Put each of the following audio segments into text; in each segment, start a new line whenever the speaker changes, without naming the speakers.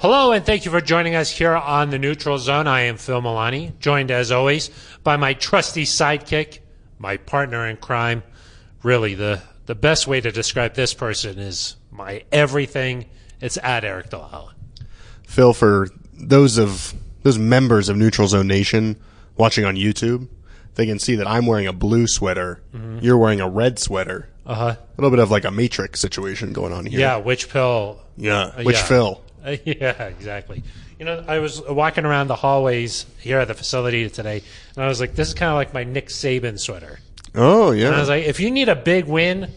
Hello, and thank you for joining us here on the Neutral Zone. I am Phil Milani, joined as always by my trusty sidekick, my partner in crime. Really, the, the best way to describe this person is my everything. It's at Eric Dalhalla.
Phil, for those of those members of Neutral Zone Nation watching on YouTube, they can see that I'm wearing a blue sweater.
Mm-hmm.
You're wearing a red sweater.
Uh huh.
A little bit of like a Matrix situation going on here.
Yeah, which pill?
yeah. Which
yeah.
Phil?
Uh, yeah, exactly. You know, I was walking around the hallways here at the facility today, and I was like, this is kind of like my Nick Saban sweater.
Oh yeah.
And I was like, if you need a big win,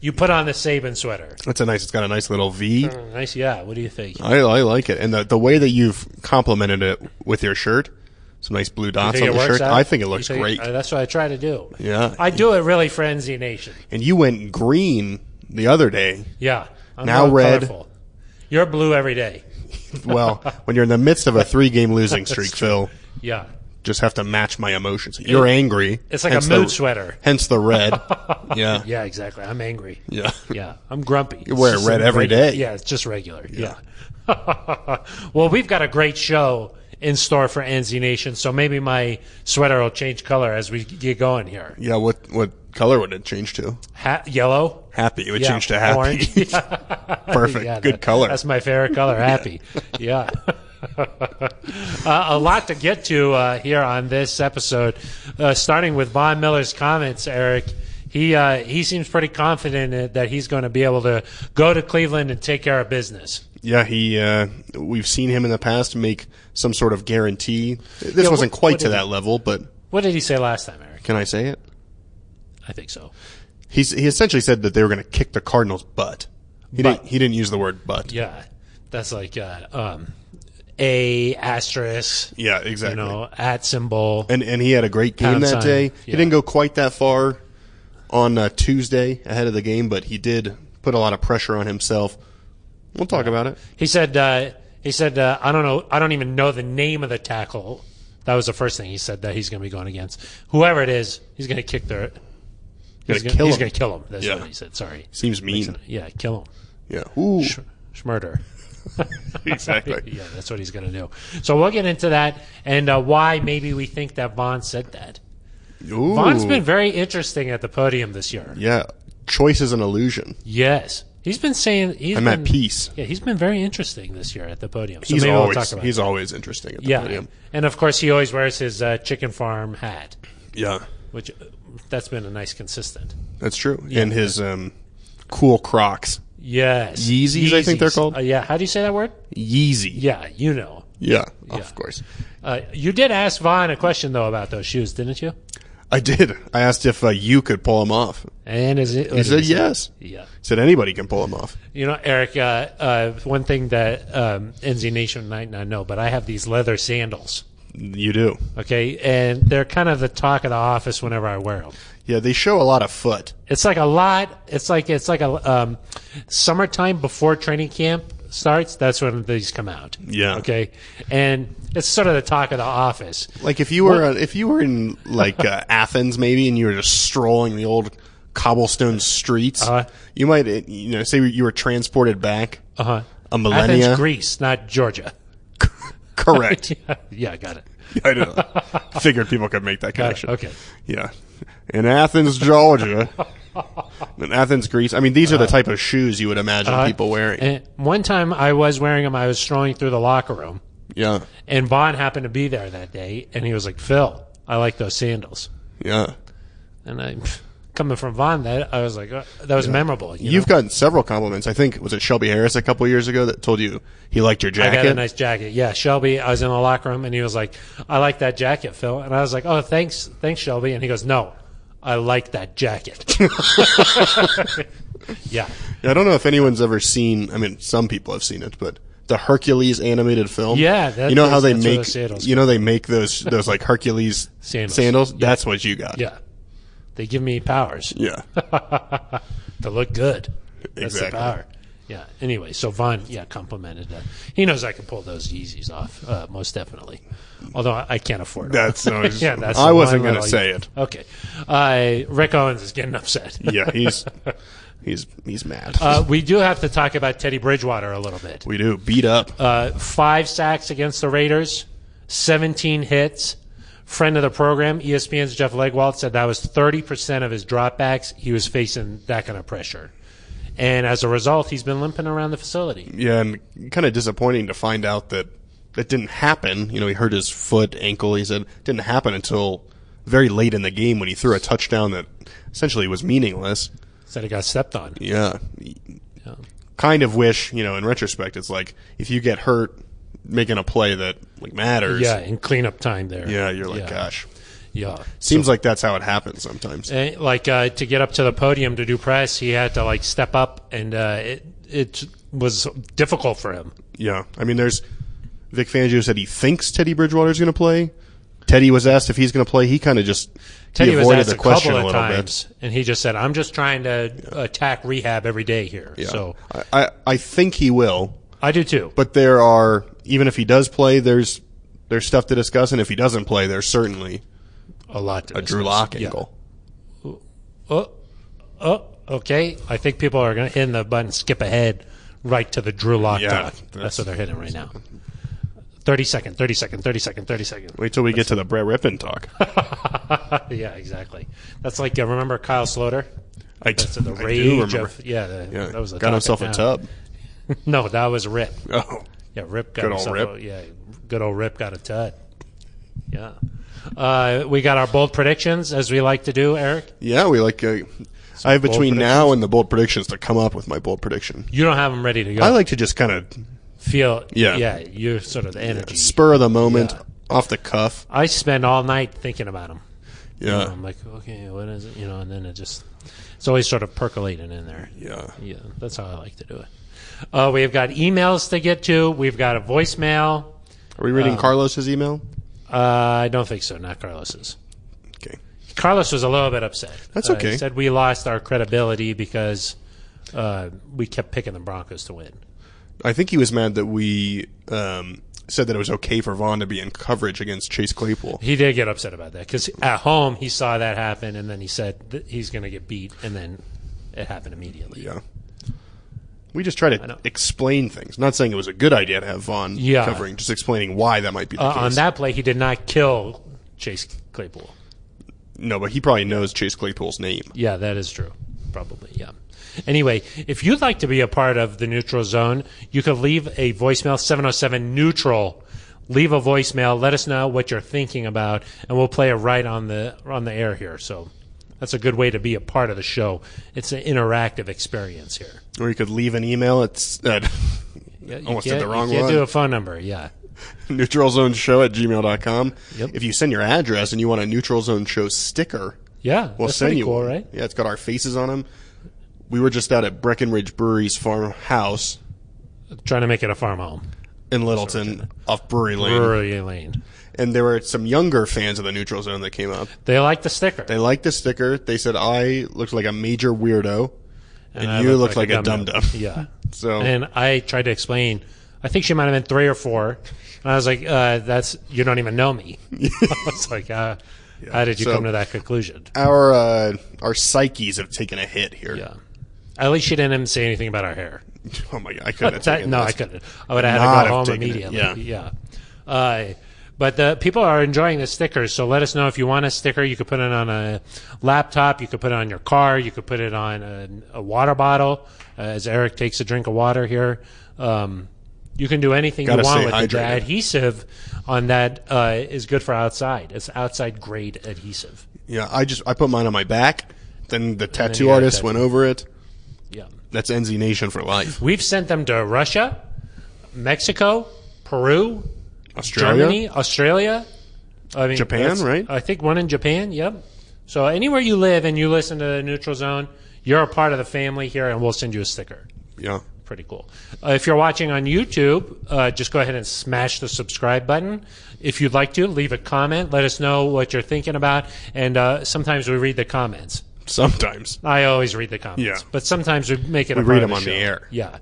you put on the Saban sweater.
That's a nice. It's got a nice little V.
Nice, yeah. What do you think?
I, I like it, and the the way that you've complemented it with your shirt, some nice blue dots
Think
on
it
the
works
shirt.
out?
I think it
You
looks
think-
great.
uh, that's what I try to do.
Yeah.
I do it really, Frenzy Nation.
and you went green the other day.
Yeah, I'm
Now
real
red.
You're blue every day.
Well, when you're in the midst of a three game losing streak, Phil,
Yeah,
just have to match my emotions. You're angry.
it's like
hence
a
the-
mood sweater.
Hence the red. yeah.
Yeah, exactly. I'm angry.
Yeah.
Yeah, I'm grumpy. You
wear red every day.
Yeah, it's just regular. Yeah. well, we've got a great show in store for NZ Nation, so maybe my sweater will change color as we get going here.
Yeah. What what color would it change to?
Ha- yellow.
Happy. It would
Yeah,
change to happy.
orange.
Perfect.
Yeah,
Good
that-
color.
That's my favorite color, happy. yeah. uh, a lot to get to uh, here on this episode, uh, starting with Von Miller's comments, Eric. He, uh, he seems pretty confident that he's going to be able to go to Cleveland and take care of business.
yeah. He. Uh, we've seen him in the past make some sort of guarantee. This wasn't
what-
quite
what
to
did
that level, but
What did he say last time, Eric?
can I say it?
I think so.
He's, he essentially said that they were going to kick the Cardinals' butt. He
Butt.
didn't. He didn't use the word butt. Yeah.
Yeah, that's like uh, um, a asterisk, you
exactly.
know, at symbol.
and and he had a great game
Pound
that
sign.
day. He
Yeah.
didn't go quite that far on uh, Tuesday ahead of the game, but he did put a lot of pressure on himself. We'll talk about it.
He said, uh, he said, uh, I don't know, I don't even know the name of the tackle. That was the first thing he said that he's going to be going against. Whoever it is, he's going to kick their. He's
Gonna
gonna-
kill
he's
him.
going to kill him. That's
Yeah.
what he said. Sorry.
Seems mean.
Yeah, kill him.
Yeah. Ooh.
Schmurder.
exactly.
yeah, that's what he's going to do. So we'll get into that and uh, why maybe we think that Vaughn said that.
Ooh.
Vaughn's been very interesting at the podium this year.
yeah. Choice is an illusion.
Yes. He's been saying he's
I'm
been,
at peace.
Yeah, he's been very interesting this year at the podium. So
He's
maybe
always
we'll talk about
he's always interesting at the
Yeah,
podium.
and of course he always wears his uh, chicken farm hat,
Yeah.
which uh, that's been a nice consistent.
That's true. And his um, cool Crocs,
Yes,
Yeezys, I think they're called.
Uh, yeah, how do you say that word?
Yeezy.
Yeah, you know.
Yeah, Of course.
Uh, you did ask Vaughn a question though about those shoes, didn't you?
I did. I asked if uh, you could pull him off.
And is it?
He said yes.
Yeah.
Said anybody can pull him off.
You know, Eric. Uh, uh, one thing that um, NZ Nation might not know, but I have these leather sandals.
You do.
Okay, and they're kind of the talk of the office whenever I wear them.
Yeah, they show a lot of foot.
It's like a lot. It's like it's like a um, summertime before training camp starts. That's when these come out.
Yeah.
Okay. And it's sort of the talk of the office.
Like if you were uh, if you were in like uh, Athens maybe, and you were just strolling the old cobblestone streets,
Uh-huh.
you might uh, you know say you were transported back
Uh huh.
a
Athens,
millennia.
Greece, not Georgia.
Correct.
yeah, I got it.
I know. Figured people could make that connection.
Okay.
Yeah. In Athens, Georgia. in Athens, Greece. I mean, these are the type of shoes you would imagine people wearing.
Uh-huh. And one time I was wearing them. I was strolling through the locker room,
yeah.
and Vaughn happened to be there that day, and he was like, "Phil, I like those sandals."
Yeah.
And I, coming from Vaughn, that I was like, uh, that was memorable. You
You've gotten several compliments. I think was it Shelby Harris a couple years ago that told you he liked
I
your jacket.
got a nice jacket. Yeah, Shelby. I was in the locker room and he was like, "I like that jacket, Phil." And I was like, "Oh, thanks, thanks, Shelby." And he goes, "No, I like that jacket." yeah,
I don't know if anyone's ever seen. I mean, some people have seen it, but the Hercules animated film.
Yeah, that-
you know how
that's-
they
that's where the
make
sandals
you know they make those those like Hercules
Sandals.
That's what you got.
yeah. They give me powers
yeah.
to look good. That's
Exactly.
the power. Yeah. Anyway, so Vaughn, yeah, complimented that. He knows I can pull those Yeezys off, uh, most definitely. Although I, I can't afford them.
That's no,
yeah, that's
I
the
wasn't
one
going to
little-
say it.
Okay. Uh, Rick Owens is getting upset.
Yeah, he's He's he's mad.
Uh, we do have to talk about Teddy Bridgewater a little bit.
we do beat up.
Uh, five sacks against the Raiders, 17 hits. Friend of the program, E ESPN's Jeff Legwald said that was 30% of his dropbacks. He was facing that kind of pressure. And as a result, he's been limping around the facility.
yeah, and kind of disappointing to find out that that didn't happen. You know, he hurt his foot, ankle. He said it didn't happen until very late in the game when he threw a touchdown that essentially was meaningless.
Said he got stepped on.
Yeah. Kind of wish, you know, in retrospect, it's like if you get hurt making a play that like matters.
Yeah, and cleanup time there.
Yeah, you're like, uh,
Yeah.
gosh.
Yeah.
Seems like that's how it happens sometimes.
And, like uh, to get up to the podium to do press, he had to like step up, and uh, it it was difficult for him.
Yeah. I mean, there's Vic Fangio said he thinks Teddy Bridgewater's going to play. Teddy was asked if he's going to play. He kind of just
Teddy
he
was
avoided
asked
the
a
question
couple
a
of
little
times, and he just said, "I'm just trying to attack rehab every day here."
bit. Yeah.
So
I, I, I think he will,
I do too.
but there are even if he does play, there's there's stuff to discuss, and if he doesn't play, there's certainly
a lot. To
a Drew Lock angle.
Oh, oh, okay. I think people are going to hit the button, skip ahead, right to the Drew Lock
Yeah,
talk. That's,
that's-
what they're hitting right now. 30 second, 30 second, 30 second, 30 second.
Wait till we get to the Brett Rippin talk.
yeah, exactly. That's like uh, remember Kyle Sloter?
I,
That's the
I do
rage
remember.
of yeah, the,
Yeah,
that was the
got
talk
himself
of
a
town.
tub.
No, that was Rip.
Oh,
Yeah, Rip got
Good old
himself.
Rip.
A, yeah, good old Rip got a tut. Yeah, uh, we got our bold predictions as we like to do, Eric.
yeah. We like. Uh, I have
bold
between now and the bold predictions to come up with my bold prediction.
You don't have them ready to go.
I like to just kind of
feel.
Yeah.
yeah, you're sort of the energy.
spur of the moment,
Yeah.
off the cuff.
I spend all night thinking about them.
Yeah,
I'm like, okay, what is it? You know, and then it just it's always sort of percolating in there.
yeah.
Yeah, that's how I like to do it. Uh, we've got emails to get to. We've got a voicemail.
Are we reading Carlos's email?
Uh, I don't think so. Not Carlos's.
Okay.
Carlos was a little bit upset.
That's
Uh,
okay.
he said we lost our credibility because uh, we kept picking the Broncos to win.
I think he was mad that we um, said that it was okay for Vaughn to be in coverage against Chase Claypool.
He did get upset about that because at home he saw that happen, and then he said that he's going to get beat, and then it happened immediately.
Yeah. We just try to
know.
explain things. Not saying it was a good idea to have Vaughn
Yeah.
covering, just explaining why that might be the
Uh,
case.
on that play, he did not kill Chase Claypool.
no, but he probably knows Chase Claypool's name.
Yeah, that is true. Probably, yeah. Anyway, if you'd like to be a part of the neutral zone, you could leave a voicemail 707 neutral. Leave a voicemail. Let us know what you're thinking about, and we'll play it right on the on the air here. So that's a good way to be a part of the show. It's an interactive experience here.
Or you could leave an email. It's at
Yeah, you
Almost did
can't-
the wrong
you can't
one.
do a phone number. Yeah,
neutralzoneshow at gmail.com.
Yep.
If you send your address and you want a Neutral Zone Show sticker,
yeah.
we'll
that's
send
pretty
you
cool,
one.
right?
Yeah, it's got our faces on them. We were just out at Breckenridge Brewery's farmhouse
Trying to make it a farm home,
in Littleton off Brewery Lane.
brewery lane.
And there were some younger fans of the Neutral Zone that came up.
They like the sticker.
They liked the sticker. They said I looked like a major weirdo, and,
I
you
look
looked like, a dum dum.
Yeah.
So
And I tried to explain. I think she might have been three or four. And I was like, uh, "That's you don't even know me." I was like, uh, "How did you
So-
come to that conclusion?"
our uh, our psyches have taken a hit here.
Yeah. At least she didn't even say anything about our hair.
Oh my god, I couldn't. have
That-
taken
no, I
this.
couldn't. I would have
Not
had to
have
go home
taken it,
immediately.
yeah.
Yeah. Uh, but the people are enjoying the stickers, so let us know if you want a sticker. You could put it on a laptop, you could put it on your car, you could put it on a, a water bottle. Uh, as Eric takes a drink of water here, um, you can do anything
Gotta
you want
stay
with it. The
hydrated.
adhesive on that uh, is good for outside. It's outside grade adhesive.
Yeah, I just I put mine on my back. Then the tattoo
you got a
artist
tattoo.
went over it.
Yeah.
That's NZ Nation for life.
We've sent them to Russia, Mexico, Peru,
Australia.
Germany, Australia. I mean,
Japan,
that's-
right?
I think one in Japan. Yep. So anywhere you live and you listen to the Neutral Zone, you're a part of the family here, and we'll send you a sticker.
Yeah.
Pretty cool. Uh, if you're watching on YouTube, uh, just go ahead and smash the subscribe button. If you'd like to, leave a comment. Let us know what you're thinking about, and uh, sometimes we read the comments.
Sometimes.
I always read the comments,
Yeah.
but sometimes we make it. a
We
part
read
of
them on the
show.
air.
Yeah.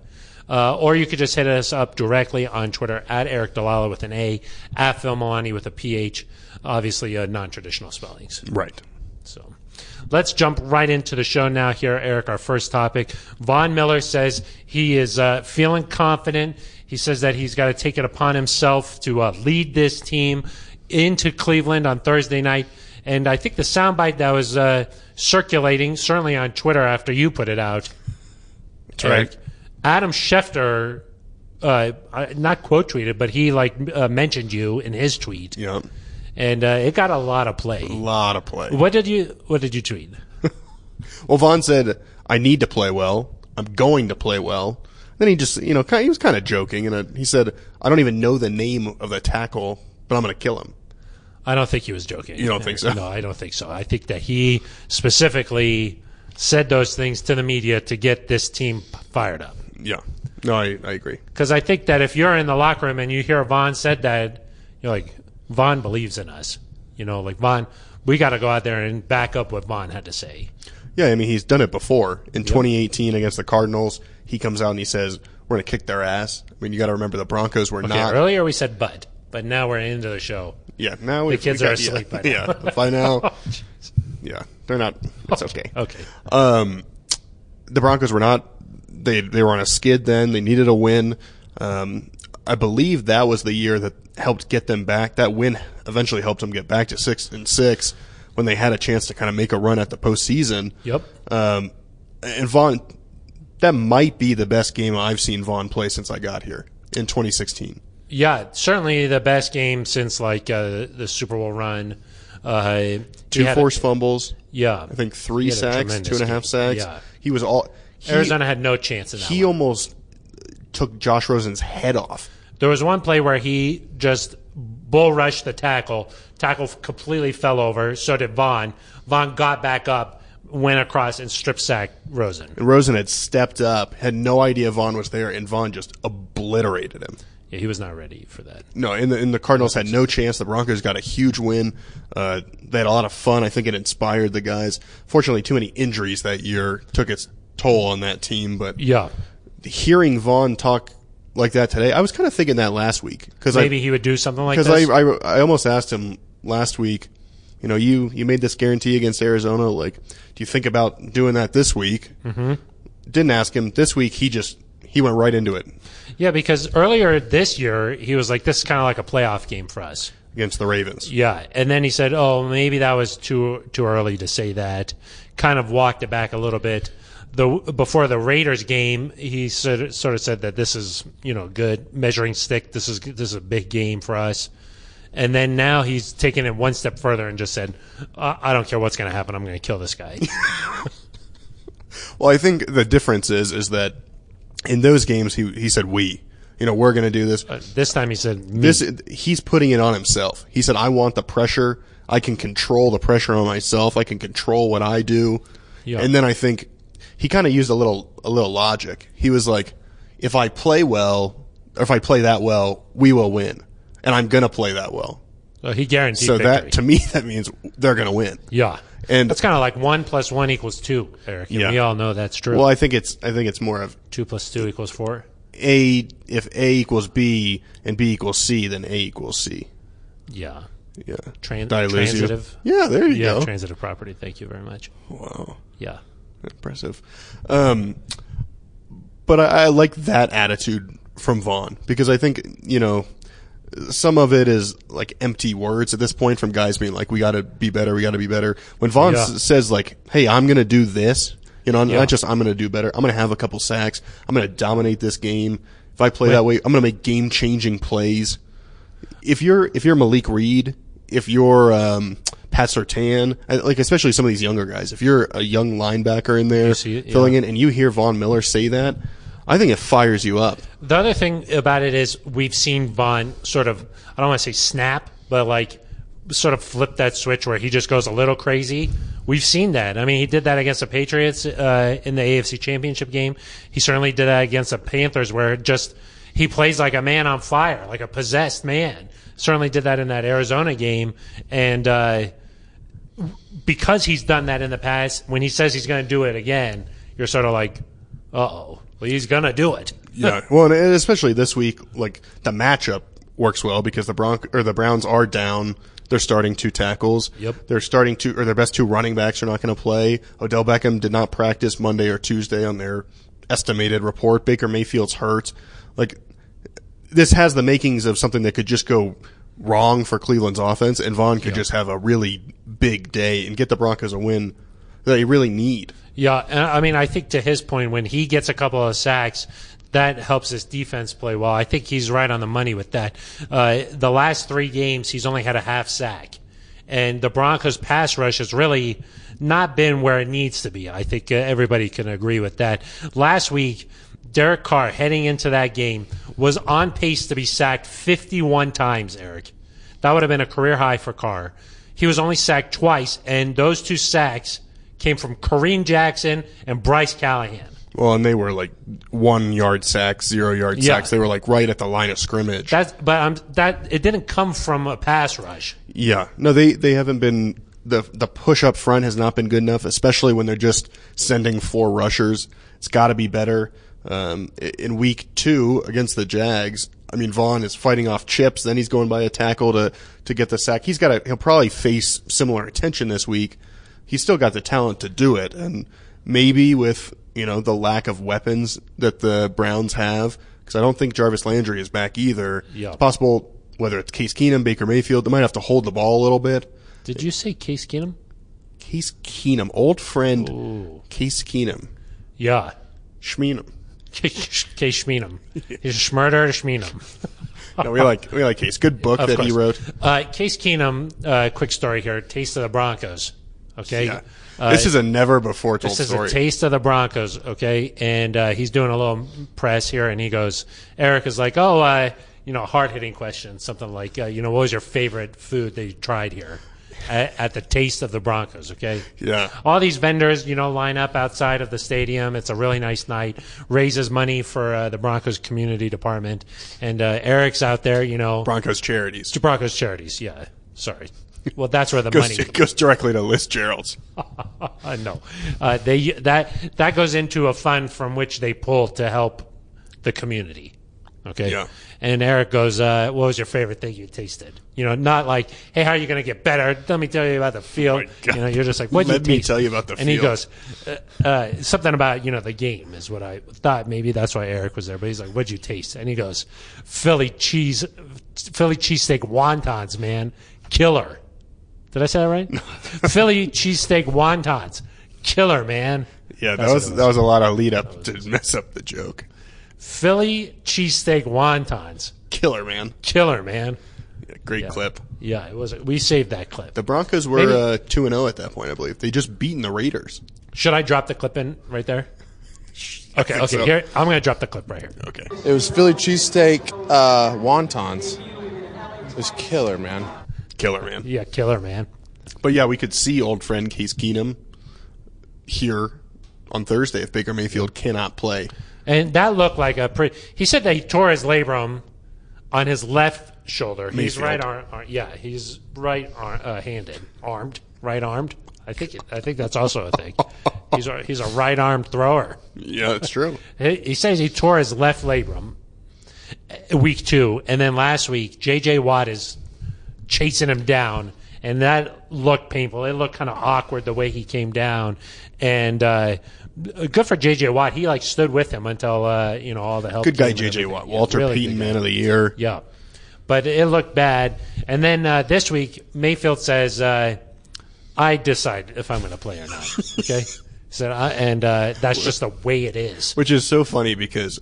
Uh, or you could just hit us up directly on Twitter at Eric Dalala with an A, at Phil Milani with a PH, obviously uh, non traditional spellings.
Right.
So Let's jump right into the show now here, Eric. Our first topic. Von Miller says he is uh, feeling confident. He says that he's got to take it upon himself to uh, lead this team into Cleveland on Thursday night. And I think the soundbite that was uh, circulating, certainly on Twitter after you put it out,
That's right.
Eric, Adam Schefter, uh, I- not quote tweeted, but he like m- uh, mentioned you in his tweet,
Yeah.
and uh, it got a lot of
A
play.
lot of play.
What did you What did you tweet?
Well, Vaughn said, I need to play well. I'm going to play well. Then he just, you know, kind he was kind of joking. And uh, he said, I don't even know the name of the tackle, but I'm going to kill him.
I don't think he was joking.
You don't think so?
No, I don't think so. I think that he specifically said those things to the media to get this team fired up.
Yeah. No, I, I agree.
Because I think that if you're in the locker room and you hear Vaughn said that, you're like, Vaughn believes in us. You know, like Vaughn, we got to go out there and back up what Vaughn had to say.
Yeah, I mean, he's done it before. In 2018 against the Cardinals, he comes out and he says, We're going to kick their ass. I mean, you got to remember the Broncos were
Yeah,
not.
earlier we said but, but now we're into the show.
Yeah, now we,
kids
we
are
got- yeah,
asleep by now.
Yeah, by now. yeah, they're not. It's okay.
Okay.
Um, the Broncos were not. They they were on a skid then. They needed a win. Um, I believe that was the year that helped get them back. That win eventually helped them get back to six and six when they had a chance to kind of make a run at the postseason.
Yep.
Um, and Vaughn, that might be the best game I've seen Vaughn play since I got here in 2016.
Yeah, certainly the best game since like uh, the Super Bowl run. Uh, he
Two
had a-
forced fumbles.
yeah.
I think three
He had a
sacks,
tremendous
two and a half
game.
sacks.
Yeah.
He was all. He,
Arizona had no chance in that.
He
one.
almost took Josh Rosen's head off.
There was one play where he just bull rushed the tackle. Tackle completely fell over. So did Vaughn. Vaughn got back up, went across, and strip sacked Rosen.
And Rosen had stepped up, had no idea Vaughn was there, and Vaughn just obliterated him.
Yeah, he was not ready for that.
No, and the, and the Cardinals had no chance. The Broncos got a huge win. Uh, they had a lot of fun. I think it inspired the guys. Fortunately, too many injuries that year took its toll on that team. But
Yeah.
hearing Vaughn talk like that today, I was kind of thinking that last week because I
Maybe he would do something like this.
because I, I I almost asked him last week. You know, you you made this guarantee against Arizona. Like, do you think about doing that this week? Mm-hmm. Didn't ask him this week. He just he went right into it
yeah, because earlier this year, he was like, this is kind of like a playoff game for us.
against the Ravens.
Yeah, and then he said, "Oh, maybe that was too too early to say that." Kind of walked it back a little bit. The before the Raiders game, he sort sort of said that this is you know good measuring stick. This is this is a big game for us. And then now he's taken it one step further and just said, "I, I don't care what's going to happen. I'm going to kill this guy."
Well, I think the difference is is that in those games he he said we. You know, we're going to do this.
this time he said, "Me."
This he's putting it on himself. He said, "I want the pressure. I can control the pressure on myself. I can control what I do."
Yeah.
And then I think he kind of used a little a little logic. He was like, "If I play well, or if I play that well, we will win, and I'm gonna play that well."
So he guaranteed
So
victory.
that to me that means they're gonna win.
yeah,
And-
that's kind of like one plus one equals two, Eric. and
Yeah.
we all know that's true.
Well, I think it's I think it's more of
two plus two equals four.
a if a equals b and b equals c, then a equals c.
Yeah,
Yeah.
Tran-
Did I lose you?
transitive.
Yeah, there you
Yeah,
go.
transitive property. Thank you very much.
wow.
Yeah.
Impressive. Um, but I, I like that attitude from Vaughn because I think, you know, some of it is like empty words at this point from guys being like, we got to be better, we got to be better. When Vaughn
Yeah.
s- says, like, hey, I'm going to do this, you know,
Yeah.
not just I'm going to do better, I'm going to have a couple sacks, I'm going to dominate this game. If I play that way, I'm going to make game changing plays. If you're if you're Malik Reed, if you're um, Pat Sertan, I- like especially some of these younger guys, if you're a young linebacker in there
see it,
filling in, and you hear Von Miller say that, I think it fires you up.
The other thing about it is we've seen Vaughn sort of, I don't want to say snap, but like sort of flip that switch where he just goes a little crazy. We've seen that. I mean, he did that against the Patriots uh, in the AFC Championship game. He certainly did that against the Panthers where it just he plays like a man on fire, like a possessed man. Certainly did that in that Arizona game. And, uh, because he's done that in the past, when he says he's going to do it again, you're sort of like, uh oh, well, he's going to do it.
Yeah. Well, and especially this week, like the matchup works well because the Bronc or the Browns are down. They're starting two tackles.
Yep.
They're starting two, or their best two running backs are not going to play. Odell Beckham did not practice Monday or Tuesday on their estimated report. Baker Mayfield's hurt. Like, this has the makings of something that could just go wrong for Cleveland's offense, and Vaughn could just have a really big day and get the Broncos a win that they really need.
Yeah, and I mean, I think to his point, when he gets a couple of sacks, that helps his defense play well. I think he's right on the money with that. Uh, the last three games, he's only had a half sack, and the Broncos' pass rush has really not been where it needs to be. I think uh, everybody can agree with that. Last week, Derek Carr heading into that game was on pace to be sacked 51 times, Eric. That would have been a career high for Carr. He was only sacked twice, and those two sacks came from Kareem Jackson and Bryce Callahan.
Well, and they were like one yard sacks, zero yard
Yeah.
sacks. They were like right at the line of scrimmage.
That's but um, that it didn't come from a pass rush.
Yeah. No, they they haven't been the the push up front has not been good enough, especially when they're just sending four rushers. It's got to be better. Um, i- in week two against the Jags, I mean Vaughn is fighting off chips, then he's going by a tackle to to get the sack. He's got to he'll probably face similar attention this week. He's still got the talent to do it, and maybe with you know the lack of weapons that the Browns have, because I don't think Jarvis Landry is back either.
Yeah.
It's possible whether it's Case Keenum, Baker Mayfield, they might have to hold the ball a little bit.
Did you say Case Keenum?
Case Keenum, old friend Case Keenum,
Yeah.
Schmeenum.
Case Schmeenum. He's a schmurder to Schmeenum.
No, we like we like Case. Good book that he wrote.
Uh, Case Keenum, uh, quick story here. Taste of the Broncos. Okay.
Yeah.
Uh,
this is a never before told
This is
story.
a taste of the Broncos, okay? And uh, he's doing a little press here, and he goes, Eric is like, oh, uh, you know, hard hitting question, something like, uh, you know, what was your favorite food that you tried here at, at the taste of the Broncos, okay?
yeah.
All these vendors, you know, line up outside of the stadium. It's a really nice night. Raises money for uh, the Broncos community department, and uh, Eric's out there, you know,
Broncos charities
to Broncos charities. Yeah, sorry. Well, that's where the
goes,
money
goes directly to Liz Gerald's.
uh, no, uh, they that that goes into a fund from which they pull to help the community. Okay.
Yeah.
And Eric goes, uh, "What was your favorite thing you tasted?" You know, not like, "Hey, how are you going to get better?" Let me tell you about the field.
Oh God.
you know, you're just like, "What?"
Let me tell you about the
And he
field.
goes, uh, uh, "Something about you know the game is what I thought. Maybe that's why Eric was there." But he's like, "What'd you taste?" And he goes, "Philly cheese, Philly cheesesteak wontons, man, killer." Did I say that right? Philly cheesesteak wontons. Killer, man.
Yeah, that
That's
was,
what it
that was a lot of lead up to mess up the joke.
Philly cheesesteak wontons.
Killer man,
Killer, man.
Yeah, great clip.
Yeah, it was. We saved that clip.
The Broncos
Maybe-
were uh, two and zero at that point, I believe. They just beaten the Raiders.
Should I drop the clip in right there? Okay,
think
okay.
so.
Here, I'm going to drop the clip right here.
Okay,
It was Philly cheesesteak uh, wontons. It was killer, man.
killer man.
Yeah, killer, man.
But yeah, we could see old friend Case Keenum here on Thursday if Baker Mayfield cannot play.
And that looked like a pretty. He said that he tore his labrum on his left shoulder. He's
Mayfield.
right arm, arm. Yeah, he's right arm, uh, handed, armed, right armed. I think. I think that's also a thing. he's a, he's a right arm thrower.
Yeah, that's true.
He he says he tore his left labrum uh, week two, and then last week J.J. Watt is chasing him down, and that looked painful. It looked kind of awkward the way he came down, and uh, good for J.J. Watt. He like stood with him until uh, you know all the help.
good guy,
came and
JJ
everything.
Watt,
Yeah,
Walter
really
Payton,
good guy.
man of the year.
Yeah, but it looked bad. And then uh, this week, Mayfield says, uh, "I decide if I'm going to play or not." Okay, so I and uh, that's just the way it is.
Which is so funny because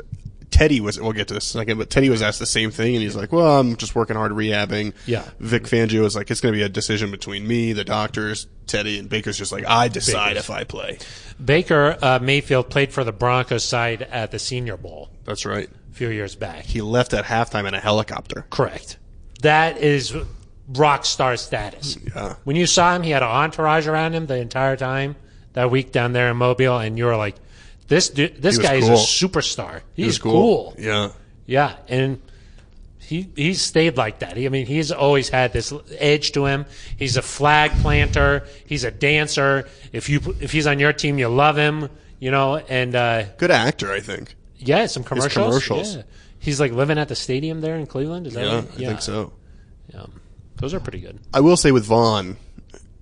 Teddy was. We'll get to this in a second, but Teddy was asked the same thing, and he's like, "Well, I'm just working hard rehabbing."
Yeah.
Vic Fangio was like, "It's going to be a decision between me, the doctors, Teddy, and Baker's." Just like, I decide
Baker's.
if I play.
Baker uh, Mayfield played for the Broncos side at the Senior Bowl
That's right.
a few years back.
He left at halftime in a helicopter.
Correct. That is rock star status.
Yeah.
When you saw him, he had an entourage around him the entire time that week down there in Mobile, and you were like, "This dude, this
He was
guy
cool.
is a superstar. He's
It's
cool.
Yeah.
Yeah, and he he's stayed like that. He, I mean, he's always had this edge to him. He's a flag planter. He's a dancer. If you if he's on your team, you love him. You know, and uh,
Good actor, I think.
yeah, some commercials.
commercials.
Yeah. He's like living at the stadium there in Cleveland. Is that
Yeah,
right?
I think so.
Yeah. Those are pretty good.
I will say with Vaughn,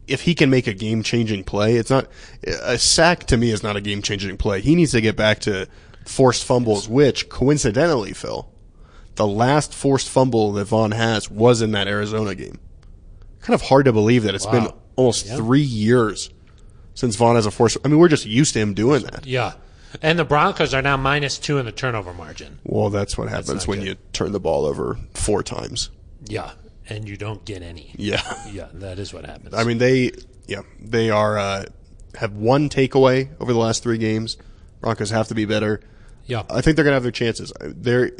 if he can make a game changing play, it's not a sack to me is not a game changing play. He needs to get back to forced fumbles, which coincidentally, Phil, the last forced fumble that Vaughn has was in that Arizona game. Kind of hard to believe that it's been
Wow.
almost three years since Vaughn has a forced. I mean, we're just used to him doing that.
Yeah. And the Broncos are now minus two in the turnover margin.
Well, that's what happens
not
when
good.
you turn the ball over four times.
Yeah. And you don't get any.
Yeah.
Yeah, that is what happens.
I mean, they, yeah, they are uh, have one takeaway over the last three games. Broncos have to be better.
yeah.
I think they're going to have their chances. Uh, They're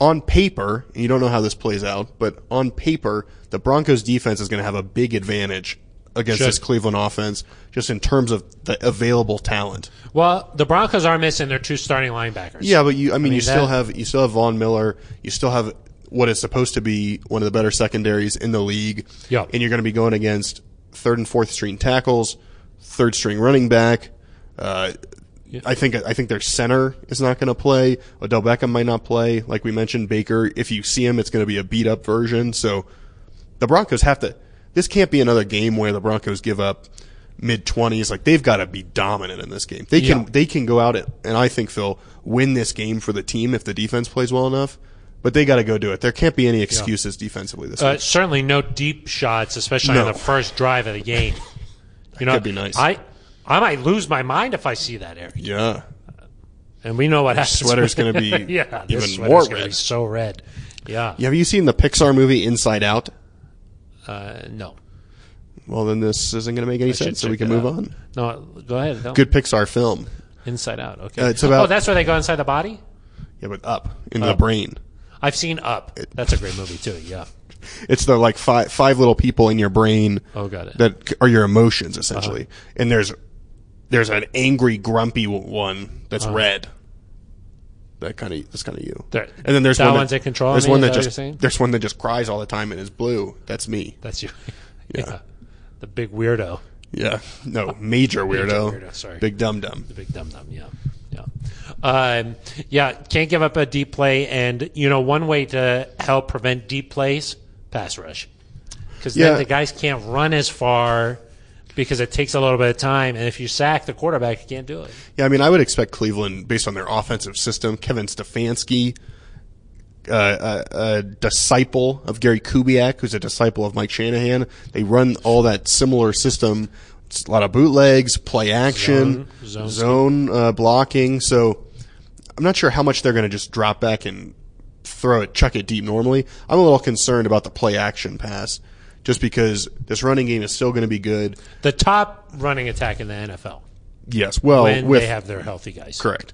on paper, and you don't know how this plays out, but on paper, the Broncos defense is going to have a big advantage against
Should.
this Cleveland offense, just in terms of the available talent.
Well, the Broncos are missing their two starting linebackers.
Yeah, but you, I mean, you still
that-
have you still have Vaughn Miller. You still have what is supposed to be one of the better secondaries in the league.
Yeah.
and you're going to be going against third and fourth string tackles, third string running back. Uh, I think I think their center is not going to play. Odell Beckham might not play. Like we mentioned, Baker. If you see him, it's going to be a beat up version. So the Broncos have to. This can't be another game where the Broncos give up mid twenties. Like they've got to be dominant in this game. They can
Yeah.
they can go out and, and I think they'll win this game for the team if the defense plays well enough. But they got to go do it. There can't be any excuses defensively this
Uh,
week.
certainly no deep shots, especially
No.
on the first drive of the game. You know,
could be nice.
I, I might lose my mind if I see that, Eric.
Yeah,
And we know what happens.
sweater's gonna be
yeah, this
even
sweater's
more
gonna Be
red.
so red. Yeah.
Yeah, Have you seen the Pixar movie Inside Out?
Uh, no.
Well, then this isn't going to make any sense. So we can
check it
move
out.
on.
No. Go ahead. Tell me.
Good Pixar film.
Inside Out. Okay.
Uh, it's about-
oh, that's where they go inside the body.
Yeah, but up into the brain.
I've seen Up. That's a great movie too. Yeah.
It's the like five five little people in your brain
Oh, got it.
that c- are your
Uh-huh.
emotions essentially. And there's there's an angry, grumpy w- one that's red. That kind of that's kind of you.
There-
and then there's
Uh-huh. that
one
one's in control of
There's
me,
one
is
that
that what you're
just
saying?
there's one that just cries all the time and is blue. That's me.
That's you.
Yeah.
The big weirdo.
Yeah, no major weirdo.
weirdo, sorry.
Big dum dum.
big dum dum. Yeah, yeah, um, yeah. Can't give up a deep play, and you know one way to help prevent deep plays, pass rush, because then
Yeah.
the guys can't run as far because it takes a little bit of time, and if you sack the quarterback, you can't do it.
Yeah, I mean, I would expect Cleveland, based on their offensive system, Kevin Stefanski, uh, a, a disciple of Gary Kubiak, who's a disciple of Mike Shanahan. They run all that similar system. It's a lot of bootlegs, play action,
Zone.
zone,
Zone.
uh, blocking. So I'm not sure how much they're going to just drop back and throw it, chuck it deep normally. I'm a little concerned about the play action pass just because this running game is still going to be good.
The top running attack in the NFL
Yes. Well,
when
Oh, with
they have their healthy guys.
Correct.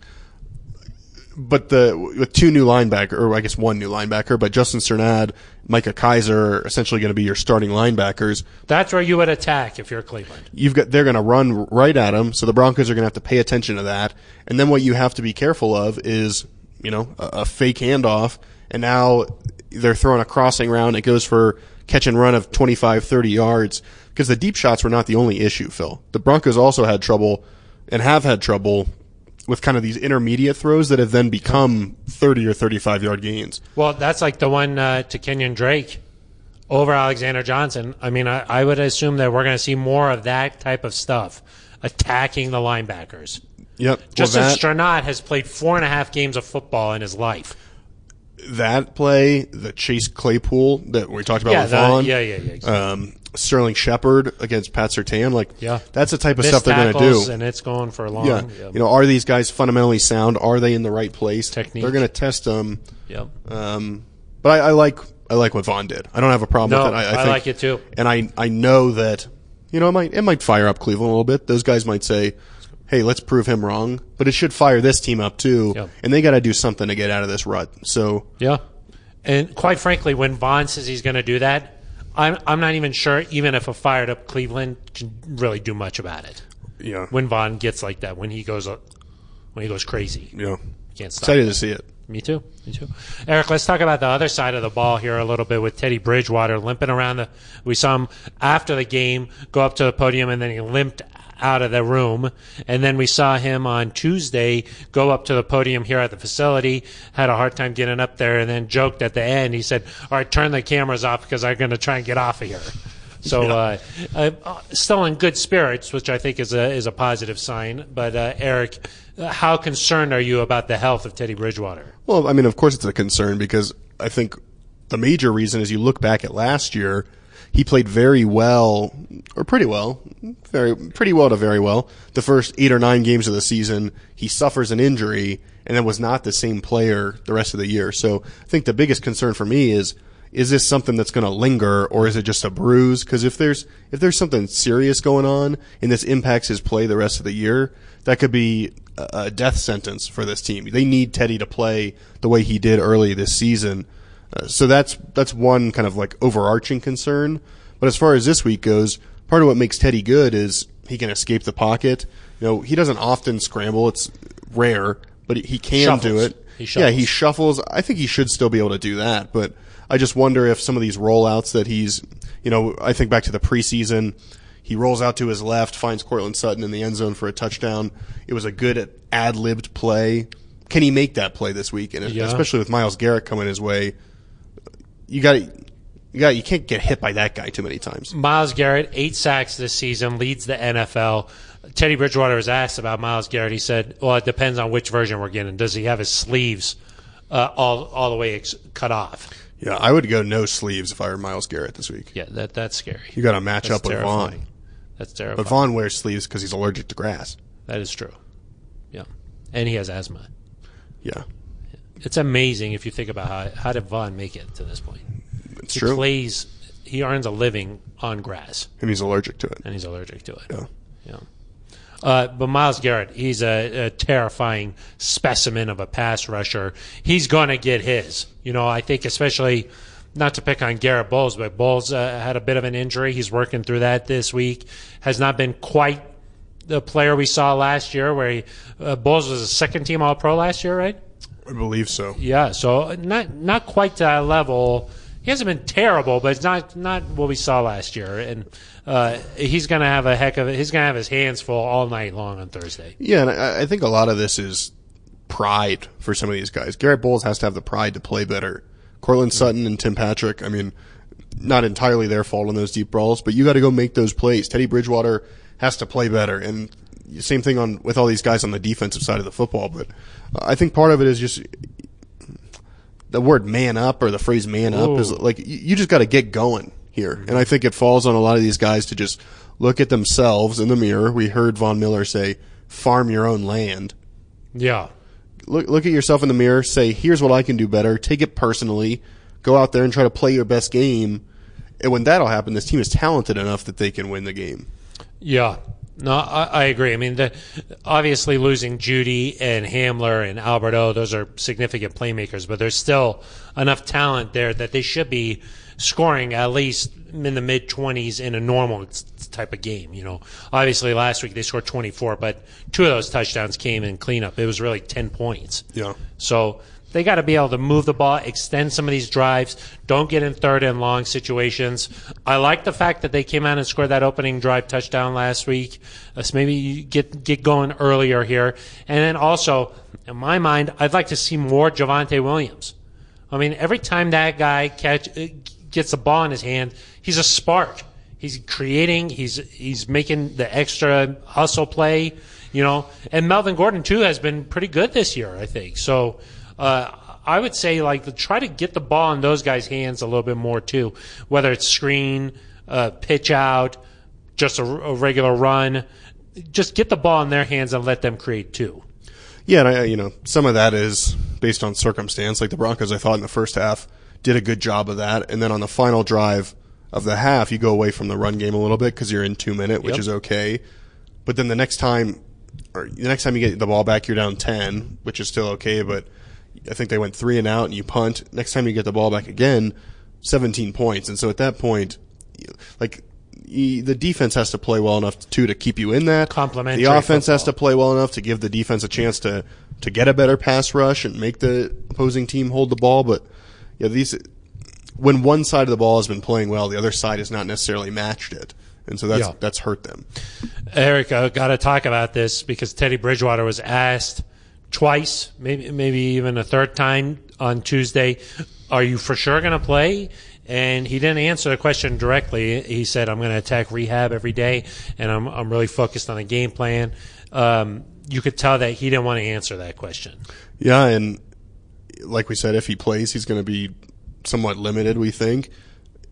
But the with two new linebacker, or I guess one new linebacker, but Justin Cernad, Micah Kaiser, are essentially going to be your starting linebackers.
That's where you would attack if you're Cleveland.
You've got they're going to run right at them, so the Broncos are going to have to pay attention to that. And then what you have to be careful of is you know a, a fake handoff, and now they're throwing a crossing round. It goes for catch and run of 25, 30 yards because the deep shots were not the only issue. Phil, the Broncos also had trouble and have had trouble with kind of these intermediate throws that have then become 30 or 35 yard gains.
Well, that's like the one uh, to Kenyon Drake over Alexander Johnson. I mean, I, I would assume that we're going to see more of that type of stuff attacking the linebackers.
Yep. Well,
Justin
that-
Stranat has played four and a half games of football in his life.
that play, the Chase Claypool that we talked about
Yeah,
with
the-
Oh, Vaughn,
yeah, yeah, yeah, exactly.
um, Sterling Shepard against Pat Sertan, like
Yeah.
that's the type of
Missed
stuff they're going
tackles,
to do.
and it's going for long.
Yeah.
Yep.
you know, are these guys fundamentally sound? Are they in the right place?
Technique.
They're going to test them.
Yep.
Um, but I, I like I like what Vaughn did. I don't have a problem
No,
with it. I,
I
think-
like it too.
And I I know that you know it might it might fire up Cleveland a little bit. Those guys might say, "Hey, let's prove him wrong," but it should fire this team up too.
Yep.
And they got to do something to get out of this rut. So
Yeah. And quite frankly, when Vaughn says he's going to do that, I'm, I'm not even sure, even if a fired up Cleveland can really do much about it.
yeah,
When Vaughn gets like that, when he goes, uh, when he goes crazy,
yeah,
can't stop.
excited to see it.
Me too. Me too. Eric, let's talk about the other side of the ball here a little bit with Teddy Bridgewater limping around the. We saw him after the game go up to the podium and then he limped out of the room. And then we saw him on Tuesday go up to the podium here at the facility, had a hard time getting up there, and then joked at the end. He said, All right, turn the cameras off because I'm going to try and get off of here. So, uh, uh, uh, still in good spirits, which I think is a is a positive sign. But uh, Eric, uh, how concerned are you about the health of Teddy Bridgewater?
Well, I mean, of course it's a concern because I think the major reason is you look back at last year, he played very well, or pretty well, very pretty well to very well. The first eight or nine games of the season, he suffers an injury and then was not the same player the rest of the year. So I think the biggest concern for me is is this something that's going to linger or is it just a bruise? Because if there's if there's something serious going on and this impacts his play the rest of the year, that could be a a death sentence for this team. They need Teddy to play the way he did early this season. Uh, so that's that's one kind of like overarching concern. But as far as this week goes, part of what makes Teddy good is he can escape the pocket. You know, he doesn't often scramble; it's rare, but he can do
Shuffles.
it.
He
yeah,
shuffles.
he shuffles. I think he should still be able to do that, but I just wonder if some of these rollouts that he's, you know, I think back to the preseason, he rolls out to his left, finds Cortland Sutton in the end zone for a touchdown. It was a good ad libbed play. Can he make that play this week? And
Yeah.
especially with Miles Garrett coming his way, you got you got you can't get hit by that guy too many times.
Miles Garrett, eight sacks this season, leads the NFL. Teddy Bridgewater was asked about Miles Garrett. He said, "Well, it depends on which version we're getting. Does he have his sleeves uh, all all the way ex- cut off?
Yeah, I would go no sleeves if I were Miles Garrett this week.
Yeah, that that's scary.
You got to match
That's
up with
terrifying.
Vaughn,
That's terrible.
but Vaughn wears sleeves because he's allergic to grass.
that is true. Yeah, and he has asthma.
Yeah,
It's amazing if you think about how how did Vaughn make it to this point?
it's
He
true,
plays. He earns a living on grass,
and he's allergic to it.
and he's allergic to it.
Yeah.
Yeah. Uh, but Miles Garrett, he's a, a terrifying specimen of a pass rusher. He's going to get his. You know, I think especially not to pick on Garrett Bowles, but Bowles uh, had a bit of an injury. He's working through that this week. Has not been quite the player we saw last year, where he, uh, Bowles was a second team All Pro last year, right?
I believe so.
Yeah, so not not quite to that level. He hasn't been terrible, but it's not not what we saw last year. And uh, he's gonna have a heck of a, he's gonna have his hands full all night long on Thursday.
Yeah, and I, I think a lot of this is pride for some of these guys. Garrett Bowles has to have the pride to play better. Cortland Sutton and Tim Patrick, I mean, not entirely their fault on those deep balls, but you got to go make those plays. Teddy Bridgewater has to play better, and same thing on with all these guys on the defensive side of the football. But uh, I think part of it is just the word "man up" or the phrase "man up" is
Ooh.
like you- you just got to get going here, and I think it falls on a lot of these guys to just look at themselves in the mirror. We heard Von Miller say, "Farm your own land."
Yeah,
look look at yourself in the mirror, say, here's what I can do better, take it personally, go out there and try to play your best game. And when that'll happen, this team is talented enough that they can win the game.
yeah. No, I, I agree. I mean, the, obviously losing Judy and Hamler and Alberto, those are significant playmakers, but there's still enough talent there that they should be scoring at least in the mid 20s in a normal s- type of game. You know, obviously last week they scored 24, but two of those touchdowns came in cleanup. It was really 10 points.
Yeah.
So they got to be able to move the ball, extend some of these drives, don't get in third and long situations. I like the fact that they came out and scored that opening drive touchdown last week. Uh, so maybe you get get going earlier here, and then also in my mind, I'd like to see more Javante Williams. I mean, every time that guy catch uh, gets the ball in his hand, he's a spark. He's creating. He's he's making the extra hustle play. You know, and Melvin Gordon too has been pretty good this year, I think. So uh, I would say like to try to get the ball in those guys' hands a little bit more too, whether it's screen, uh, pitch out, just a, a regular run. Just get the ball in their hands and let them create too.
Yeah, and I, you know, some of that is based on circumstance. Like the Broncos, I thought in the first half did a good job of that, and then on the final drive of the half, you go away from the run game a little bit because you're in two minute, which
Yep.
is okay. But then the next time, or the next time you get the ball back, you're down ten, which is still okay. But I think they went three and out, and you punt. Next time you get the ball back again, seventeen points, and so at that point, like. y- The defense has to play well enough too to keep you in that.
Complementary
The offense has
football.
to to play well enough to give the defense a chance to to get a better pass rush and make the opposing team hold the ball. But yeah, these when one side of the ball has been playing well, the other side has not necessarily matched it, and so that's
Yeah.
that's hurt them.
Eric, uh, got to talk about this because Teddy Bridgewater was asked twice, maybe maybe even a third time on Tuesday, "Are you for sure going to play?" And he didn't answer the question directly. He said, "I'm going to attack rehab every day, and I'm I'm really focused on a game plan." Um, you could tell that he didn't want to answer that question.
Yeah, and like we said, if he plays, he's going to be somewhat limited. We think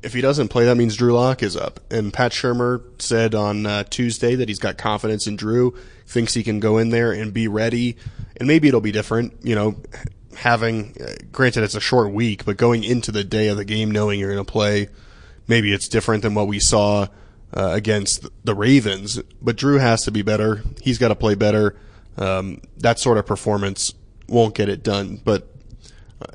if he doesn't play, that means Drew Lock is up. And Pat Shermer said on uh, Tuesday that he's got confidence in Drew, thinks he can go in there and be ready. And maybe it'll be different, you know. Having uh, granted it's a short week, but going into the day of the game knowing you're going to play, maybe it's different than what we saw uh, against the Ravens. But Drew has to be better. He's got to play better. Um, that sort of performance won't get it done. But uh,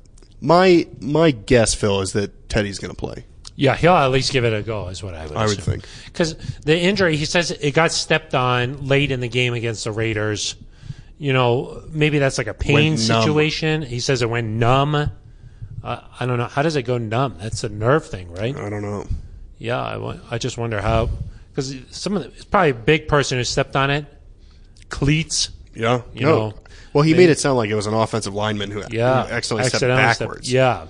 my my guess, Phil, is that Teddy's going to play.
Yeah, he'll at least give it a go, is what I would.
I would think.
because the injury, he says it got stepped on late in the game against the Raiders. You know, maybe that's like a pain
Went numb.
situation. He says it went numb. Uh, I don't know. How does it go numb? That's a nerve thing, right?
I don't know.
Yeah, I, wa- I just wonder how. Because some of the, it's probably a big person who stepped on it. Cleats.
Yeah,
You
no.
know,
well, he made it sound like it was an offensive lineman who
Yeah.
who accidentally, stepped
stepped-
backwards.
yeah.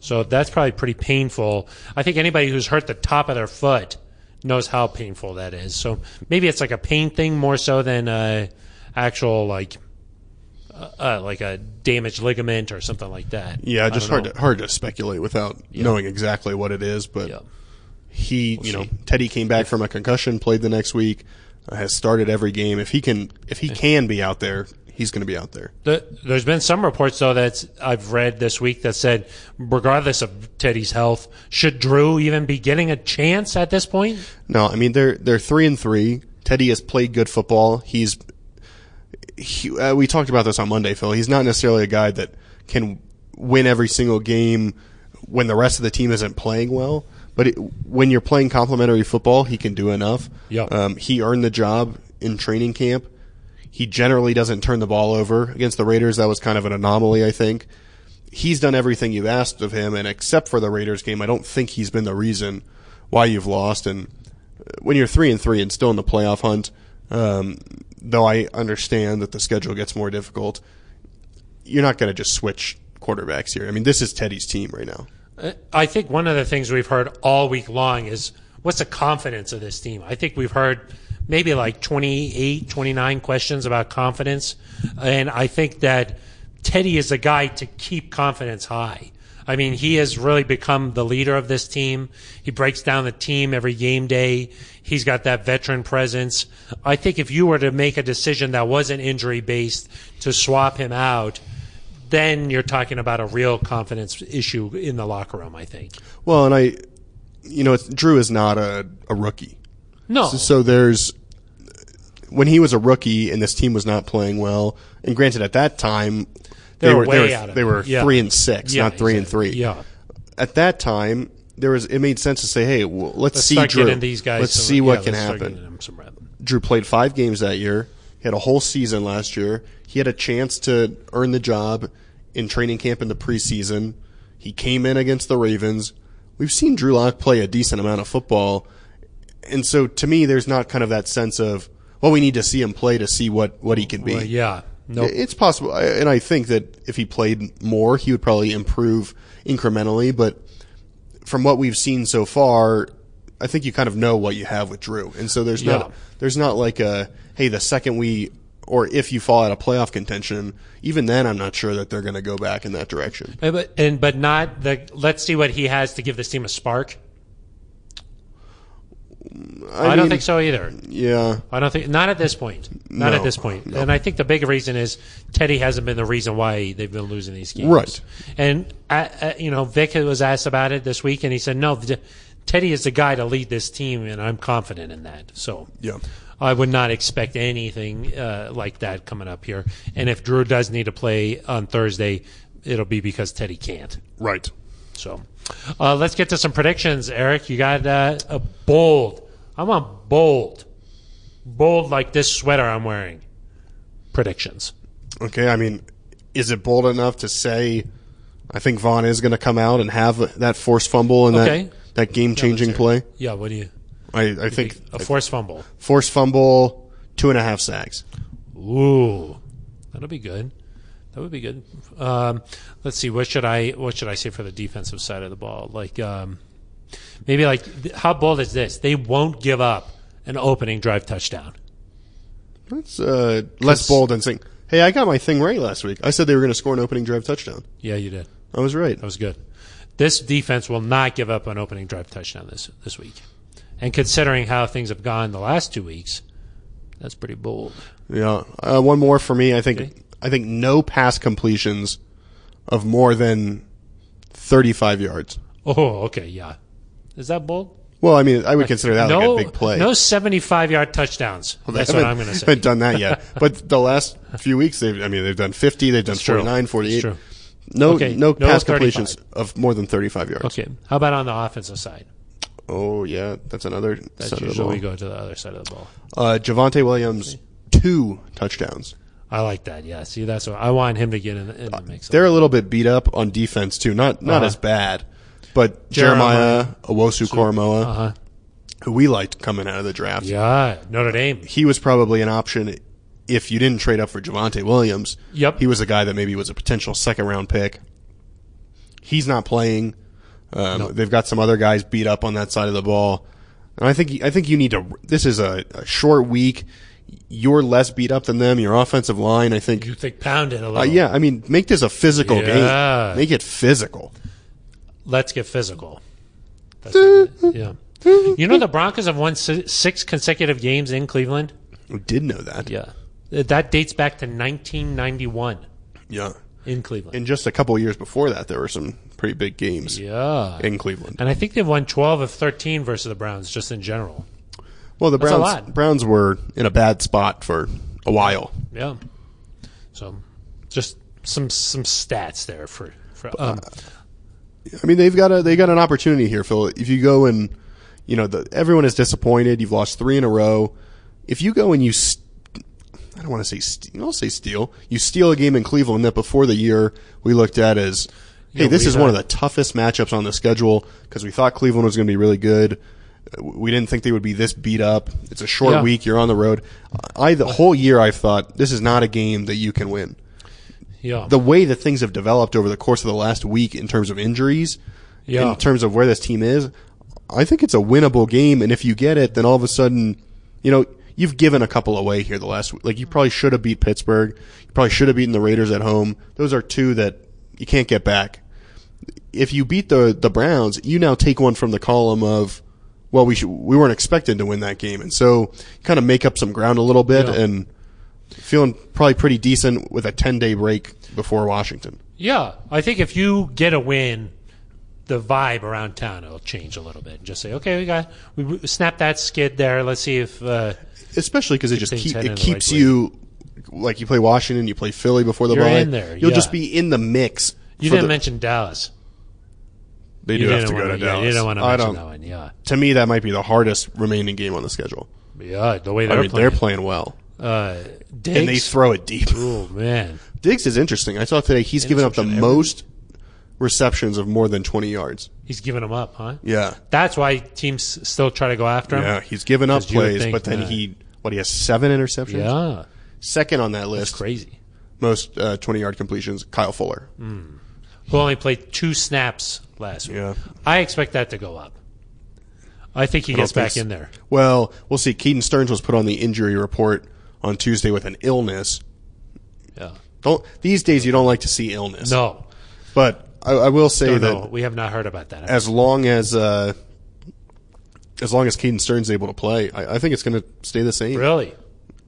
So that's probably pretty painful. I think anybody who's hurt the top of their foot knows how painful that is. So maybe it's like a pain thing more so than a actual like uh, uh, like a damaged ligament or something like that.
Yeah,
I
just
don't
hard
know.
to, hard to speculate without knowing exactly what it is. But
Yeah.
he, you know, Teddy came back from a concussion, played the next week, uh, has started every game. If he can, if he can be out there, he's going to be out there.
The, there's been some reports though that I've read this week that said, regardless of Teddy's health, should Drew even be getting a chance at this point?
No, I mean they're they're three and three. Teddy has played good football. He's he, uh, we talked about this on Monday, Phil. He's not necessarily a guy that can win every single game when the rest of the team isn't playing well. But it, when you're playing complementary football, he can do enough.
Yeah.
Um, he earned the job in training camp. He generally doesn't turn the ball over against the Raiders. That was kind of an anomaly, I think. He's done everything you've asked of him, and except for the Raiders game, I don't think he's been the reason why you've lost. And uh, when you're three and three and still in the playoff hunt, um, though I understand that the schedule gets more difficult, you're not going to just switch quarterbacks here. I mean, this is Teddy's team right now.
Uh, I think one of the things we've heard all week long is what's the confidence of this team? I think we've heard maybe like 28, 29 questions about confidence. And I think that Teddy is the guy to keep confidence high. I mean, he has really become the leader of this team. He breaks down the team every game day. He's got that veteran presence. I think if you were to make a decision that wasn't injury based to swap him out, then you're talking about a real confidence issue in the locker room, I think.
Well, and I, you know, it's, Drew is not a, a rookie.
No.
So there's when he was a rookie and this team was not playing well. And granted, at that time they,
They were
were, they
way
were,
out of
they
it.
were
Yeah.
three and six,
Yeah,
not three and
exactly.
three.
Yeah.
At that time, there was it made sense to say, hey, well, let's, see
start
Drew.
getting these guys.
let's
some-
see
yeah,
what
let's
can
start
happen.
getting them some rep.
Drew played five games that year. He had a whole season last year. He had a chance to earn the job in training camp in the preseason. He came in against the Ravens. We've seen Drew Lock play a decent amount of football. And so to me, there's not kind of that sense of, well, we need to see him play to see what, what he can be.
Well, yeah. No.
It's possible, I- and I think that if he played more, he would probably improve incrementally. But from what we've seen so far, I think you kind of know what you have with Drew, and so there's
Yeah.
not there's not like a hey, the second we or if you fall out of playoff contention, even then I'm not sure that they're going to go back in that direction.
And But, and but not the. Let's see what he has to give this team a spark. I, don't
mean,
think so either.
Yeah,
I don't think not at this point. Not
No,
at this point. And I think the big reason is Teddy hasn't been the reason why they've been losing these games.
Right.
And uh, uh, you know, Vic was asked about it this week, and he said, "No, T- Teddy is the guy to lead this team, and I'm confident in that." So
yeah.
I would not expect anything uh, like that coming up here. And if Drew does need to play on Thursday, it'll be because Teddy can't.
Right.
So uh, let's get to some predictions, Eric. You got uh, a bold. I'm on bold. Bold like this sweater I'm wearing. Predictions.
Okay, I mean, is it bold enough to say I think Vaughn is going to come out and have that forced fumble and
Okay.
that that game changing play?
Yeah, what do you?
I, I think
a forced fumble.
forced fumble, two and a half sacks.
Ooh, that'll be good. That would be good. Um, let's see. What should I What should I say for the defensive side of the ball? Like um, maybe like th- how bold is this? They won't give up an opening drive touchdown.
That's uh, less bold than saying, "Hey, I got my thing right last week. I said they were going to score an opening drive touchdown.
Yeah, you did.
I was right."
That was good. This defense will not give up an opening drive touchdown this this week. And considering how things have gone the last two weeks, that's pretty bold.
Yeah, uh, one more for me. I think
Okay.
I think no pass completions of more than thirty-five yards.
Oh, okay, yeah. Is that bold?
Well, I mean, I would consider that
no,
like a big play.
no seventy-five yard touchdowns.
They
that's what
haven't-
I'm going to say.
Haven't done that yet, but the last few weeks, they've. I mean, they've done fifty. They've done
true.
49,
It's
48.
true.
No,
Okay,
no,
no
pass
35.
completions of more than thirty-five yards.
Okay, how about on the offensive side?
Oh yeah, that's another
That's
side of the
usually
ball.
we go to the other side of the ball.
Uh, Javante Williams, two touchdowns.
I like that. Yeah, see, that's what I want him to get in the, in the mix.
They're a little bit beat up on defense too. Not not
Uh-huh.
as bad, but
Jeremiah.
Jeremiah Owosu Koromoa,
uh-huh.
who we liked coming out of the draft,
Yeah, Notre Dame.
he was probably an option if you didn't trade up for Javante Williams.
Yep.
he was a guy that maybe was a potential second round pick. He's not playing. Um, They've got some other guys beat up on that side of the ball, and I think I think you need to. This is a, a short week. You're less beat up than them. Your offensive line, I think,
You think pounded a little?
Uh, yeah, I mean, make this a physical
Yeah.
game. Make it physical.
let's get physical. That's what it- yeah. You know the Broncos have won si- six consecutive games in Cleveland.
I did know that.
Yeah, that dates back to 1991
Yeah.
in Cleveland.
And just a couple years before that, there were some pretty big games
yeah,
in Cleveland.
and I think they've won 12 of 13 versus the Browns just in general.
Well, the
a
Browns
lot.
Browns were in a bad spot for a while.
Yeah, so just some some stats there for for
Uh,
um,
I mean, they've got a they got an opportunity here, Phil. If you go and you know the, everyone is disappointed. You've lost three in a row. If you go and you, st- I don't want to say st- I'll say steal. You steal a game in Cleveland that before the year we looked at as, hey,
Yeah,
this
we
is one of the
had-
toughest matchups on the schedule because we thought Cleveland was going to be really good. Uh, We didn't think they would be this beat up. It's a short
Yeah.
week. You're on the road. I the whole year I've thought this is not a game that you can win
yeah
the way that things have developed over the course of the last week in terms of injuries,
Yeah.
in terms of where this team is, I think it's a winnable game. And if you get it, then all of a sudden, you know, you've given a couple away here the last week. Like you probably should have beat Pittsburgh. You probably should have beaten the Raiders at home. Those are two that you can't get back. If you beat the the Browns, you now take one from the column of, well, we should, we weren't expected to win that game, and so kind of make up some ground a little bit
Yeah.
and feeling probably pretty decent with a 10 day break before Washington.
yeah. I think if you get a win. The vibe around town will change a little bit. Just say, okay, we got we snapped that skid there. Let's see if uh,
Especially because it just
things
keep,
headed
it
the
keeps
right way.
you, like you play Washington, you play Philly before the
You're
bye.
in there,
You'll
yeah.
just be in the mix.
You
for
didn't
the-
mention Dallas.
They
You
do have
didn't
to go
wanna-
to
yeah,
Dallas.
You didn't want to
I
mention
don't.
that one. Yeah,
To me, that might be the hardest remaining game on the schedule.
yeah. The way
I
they're
mean,
playing,
they're playing well,
uh, Diggs.
and they throw it deep.
oh man,
Diggs is interesting. I saw today he's given up the
Interception every-
most receptions of more than twenty yards.
he's giving them up, huh?
Yeah,
That's why teams still try to go after him.
yeah, he's given up
'Cause you would
plays,
think
but then
that-
he what he has seven interceptions.
Yeah,
Second on that
it's
list,
crazy.
most uh, 20 yard completions, Kyle Fuller.
Hmm. Who only played two snaps last week?
Yeah.
I expect that to go up. I think he gets
think
back
so.
in there.
Well, we'll see. Keaton Stearns was put on the injury report on Tuesday with an illness.
Yeah.
Don't these days you don't like to see illness,
No,
but I, I will say
no,
that
no, we have not heard about that.
as long as uh, as long as Keaton Stearns is able to play, I, I think it's going to stay the same.
really?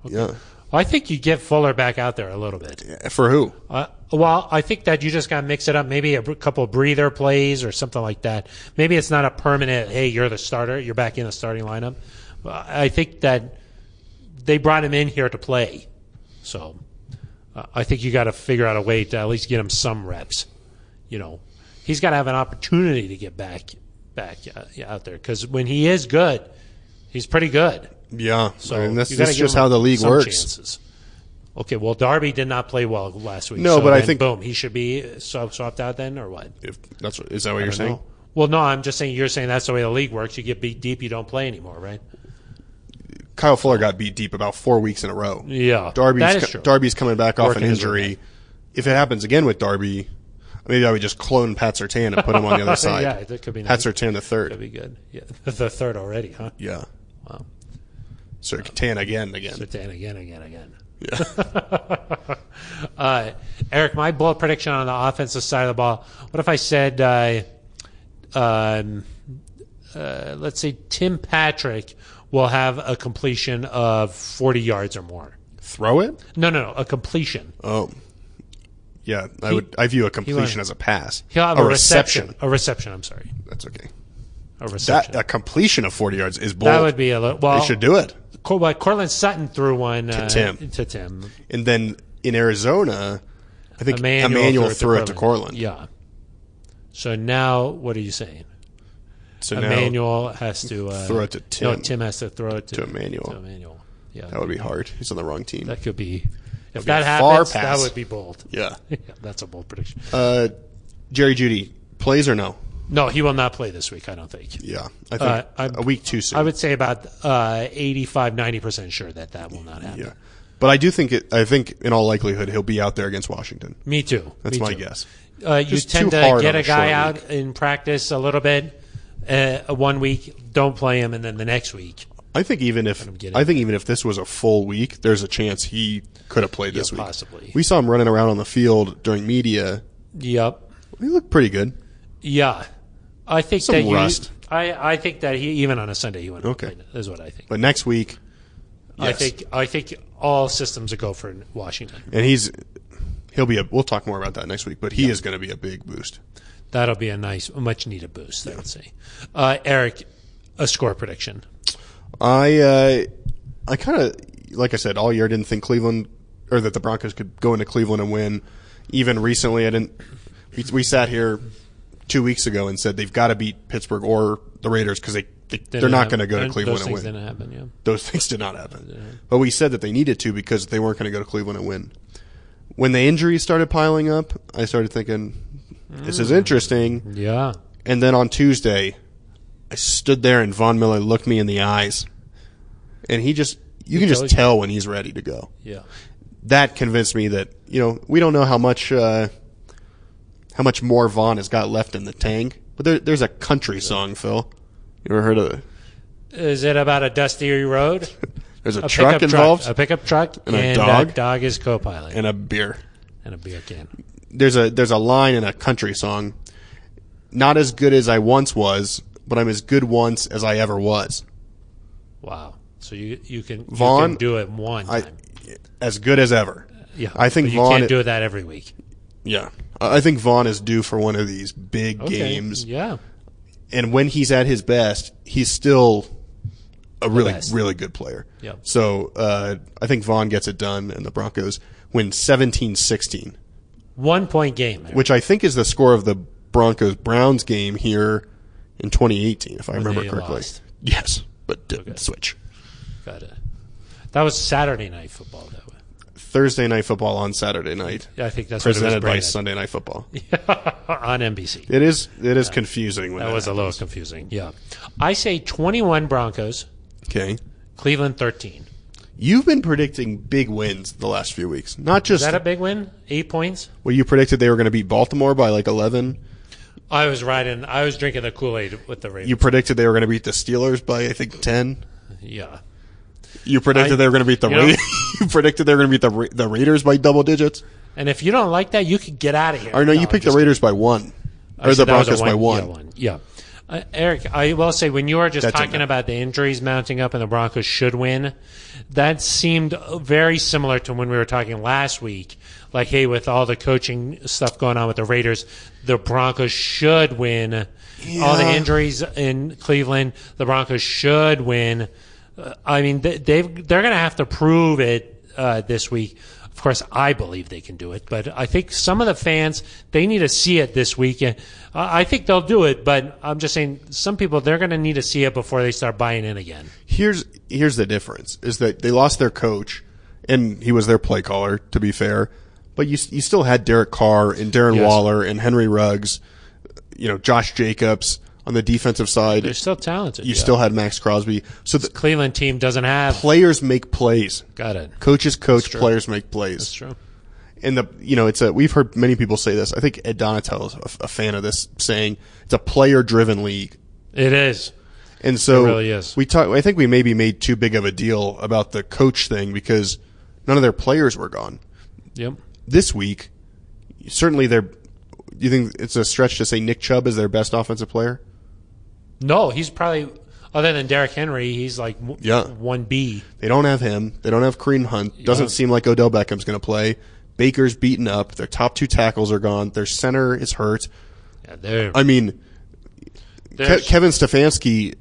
Yeah,
Well, I think you get Fuller back out there a little bit.
for who?
Uh, well, I think that you just got to mix it up. Maybe a br- couple breather plays or something like that. Maybe it's not a permanent. Hey, you're the starter. You're back in the starting lineup. But I think that they brought him in here to play, so uh, I think you got to figure out a way to at least get him some reps. You know, he's got to have an opportunity to get back back uh, out there because when he is good, he's pretty good.
Yeah, so
So
I mean, that's,
you gotta
that's
give
just
him
how the league
some
works.
chances. Okay, well, Darby did not play well last week.
No,
so
but I
then,
think-
boom, he should be sw- swapped out then, or what?
If that's what, is that what you're saying?
No. Well, no, I'm just saying you're saying that's the way the league works. You get beat deep, you don't play anymore, right?
Kyle Fuller got beat deep about four weeks in a row.
Yeah,
Darby's
that is true.
Darby's coming back off
Working
an
his
injury. If it happens again with Darby, maybe I would just clone Pat Sertan and put him on the other side.
yeah, that could be
Pat
nice.
Sertan the
That'd
third.
be good. Yeah, the third already, huh?
Yeah.
Wow.
Sertan again, again.
Sertan again, again, again.
Yeah.
Uh, Eric, my bold prediction on the offensive side of the ball. What if I said, uh, um, uh, let's say Tim Patrick will have a completion of 40 yards or more?
Throw it.
No, no, no, a completion.
Oh. Yeah, I would. I view a completion
won.
as a pass.
He'll have
a
a, reception. A reception, I'm sorry.
That's okay.
A reception.
That
That,
a completion of forty yards is bold.
would Oh. be a little. Well,
they should do it.
Cor- well, Cortland Sutton threw one to
Tim.
To Tim.
And then in Arizona, I think Emmanuel, threw, it to Cortland.
Yeah. So now, what are you saying?
So now
Emmanuel has to uh,
Throw it to Tim.
No, Tim has to throw it to,
To Emmanuel.
To Emmanuel. Yeah,
that would be hard. He's on the wrong team.
that could be. If
be a
that
far
happens, that
pass.
would be bold.
yeah.
Yeah, that's a bold prediction.
Uh, Jerry Judy plays or no?
No, he will not play this week. I don't think.
Yeah, I think
Uh, I'm-
a week too soon.
I would say about uh, 85, 90 percent sure that that will not happen.
yeah, but I do think it. I think in all likelihood he'll be out there against Washington.
Me too.
That's
Me
my
too.
guess.
Uh, you
Just
tend
too
to
hard
get
on
a
a
guy
short
out in practice a little bit uh, one week, don't play him, and then the next week.
I think even if
getting-
I think even if this was a full week, there's a chance he could have played this week.
possibly.
We saw him running around on the field during media.
Yep.
He looked pretty good.
Yeah, I think
Some
that you-
rust.
I, I think that he even on a Sunday he went
Okay.
Play, is what I think.
But next week,
I
yes.
think I think all systems are go for Washington.
and he's he'll be a. We'll talk more about that next week. But he is going to be a big boost.
That'll be a nice, much needed boost. I would say. Uh, Eric, a score prediction.
I uh, I kind of like I said all year I didn't think Cleveland or that the Broncos could go into Cleveland and win. Even recently, I didn't. We, we sat here two weeks ago and said they've got to beat Pittsburgh or the Raiders because they, they are
Didn't
not
happen.
going to go to
Those
Cleveland and
things
win.
Didn't happen. Yeah.
Those things did not happen. But we said that they needed to because they weren't going to go to Cleveland and win. When the injuries started piling up, I started thinking, this
Mm.
is interesting.
Yeah.
And then on Tuesday, I stood there and Von Miller looked me in the eyes. And he just, you can just
told you.
tell when he's ready to go.
Yeah.
That convinced me that, you know, we don't know how much, uh, how much more Von has got left in the tank. But there, there's a country song, Phil. You ever heard of it?
Is it about a dusty road?
There's a,
A
truck
pickup
involved
Truck, a pickup truck
And
that
a dog.
dog is co-pilot and,
and a beer.
a beer can.
There's a, there's a line in a country song. Not as good as I once was, but I'm as good once as I ever was.
Wow. So you you can you
Vaughn,
can do it one
I,
time.
as good as ever.
yeah.
I think
But you
Vaughn-
can't do that every week.
Yeah. I I think Vaughn is due for one of these big
Okay.
games.
Yeah.
And when he's at his best, he's still a really,
best.
really good player.
Yep.
So uh, I think Vaughn gets it done, and the Broncos win 17 16,
One point game.
which I think is the score of the Broncos Browns game here in 2018, if I remember
they
correctly.
lost.
Yes, but didn't switch.
Got it. That was Saturday night football, though.
Thursday night football on Saturday night,
Yeah, I think that's what
presented by
it was
Sunday Night Football.
by on NBC.
It is it is confusing when
That was a little confusing. Yeah, I say twenty-one Broncos,
okay.
Cleveland thirteen.
You've been predicting big wins the last few weeks. Not just
Is that a big win? Eight points.
well, you predicted they were going to beat Baltimore by like eleven.
I was riding. I was drinking the Kool-Aid with the Ravens.
You predicted they were going to beat the Steelers by I think ten.
yeah.
You predicted
I-
they were going to beat the
you
Ra-
know-
you predicted they were going to beat the Ra- the Raiders by double digits.
And if you don't like that, you could get out of here.
Or no, you
I'm
picked the
just
Raiders by one,
I
or
said
the
that was a
Broncos by one.
Yeah. one. yeah. Uh, Eric, I will say when you were just
That didn't
talking
happen.
about the injuries mounting up and the Broncos should win, that seemed uh, very similar to when we were talking last week. Like, hey, with all the coaching stuff going on with the Raiders, the Broncos should win. All the
Yeah.
injuries in Cleveland, the Broncos should win. Uh, I mean, they, they've they're going to have to prove it uh, this week. Of course, I believe they can do it, but I think some of the fans they need to see it this weekend. I I think they'll do it, but I'm just saying some people they're going to need to see it before they start buying in again.
Here's here's the difference: is that they lost their coach, and he was their play caller. To be fair, but you you still had Derek Carr and Darren
Yes.
Waller and Henry Ruggs, you know Josh Jacobs. On the defensive side,
They're still talented.
you
yeah.
still had Max Crosby. So the
Cleveland team doesn't have.
players make plays.
Got it.
Coaches coach, players make plays.
That's true.
and the you know it's a we've heard many people say this. I think Ed Donatello is a, a fan of this saying it's a player driven league,
It is.
and so
really is.
we talk. I think we maybe made too big of a deal about the coach thing because none of their players were gone
Yep.
this week. Certainly, they're. Do you think it's a stretch to say Nick Chubb is their best offensive player?
No, he's probably other than Derrick Henry, he's like
Yeah.
one B.
They don't have him. They don't have Kareem Hunt. Doesn't seem like Odell Beckham's going to play. Baker's beaten up. Their top two tackles are gone. Their center is hurt.
Yeah, they're,
I mean, Ke-
they're-
Kevin Stefanski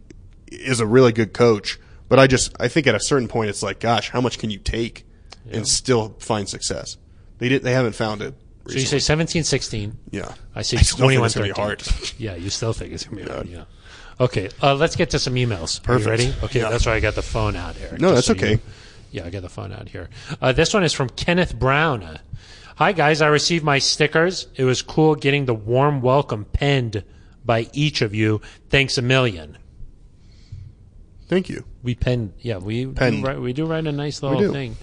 is a really good coach, but I just I think at a certain point it's like, gosh, how much can you take and still find success? They did. They haven't found it.
so you
Recently.
say 17, 16.
yeah,
I say
still think
21,
it's gonna be
13.
hard.
Yeah, you still think it's going to be hard. Yeah. Okay, uh, let's get to some emails.
Perfect.
Are you ready? Okay,
Yeah.
that's why I got the phone out, Eric.
No,
just
that's
so you-
okay.
yeah, I got the phone out here. Uh, this one is from Kenneth Brown. Uh, Hi, guys. I received my stickers. It was cool getting the warm welcome penned by each of you. Thanks a million.
Thank you.
We pen, yeah, we
Penned.
Do write, we do write a nice
We
little
do.
thing.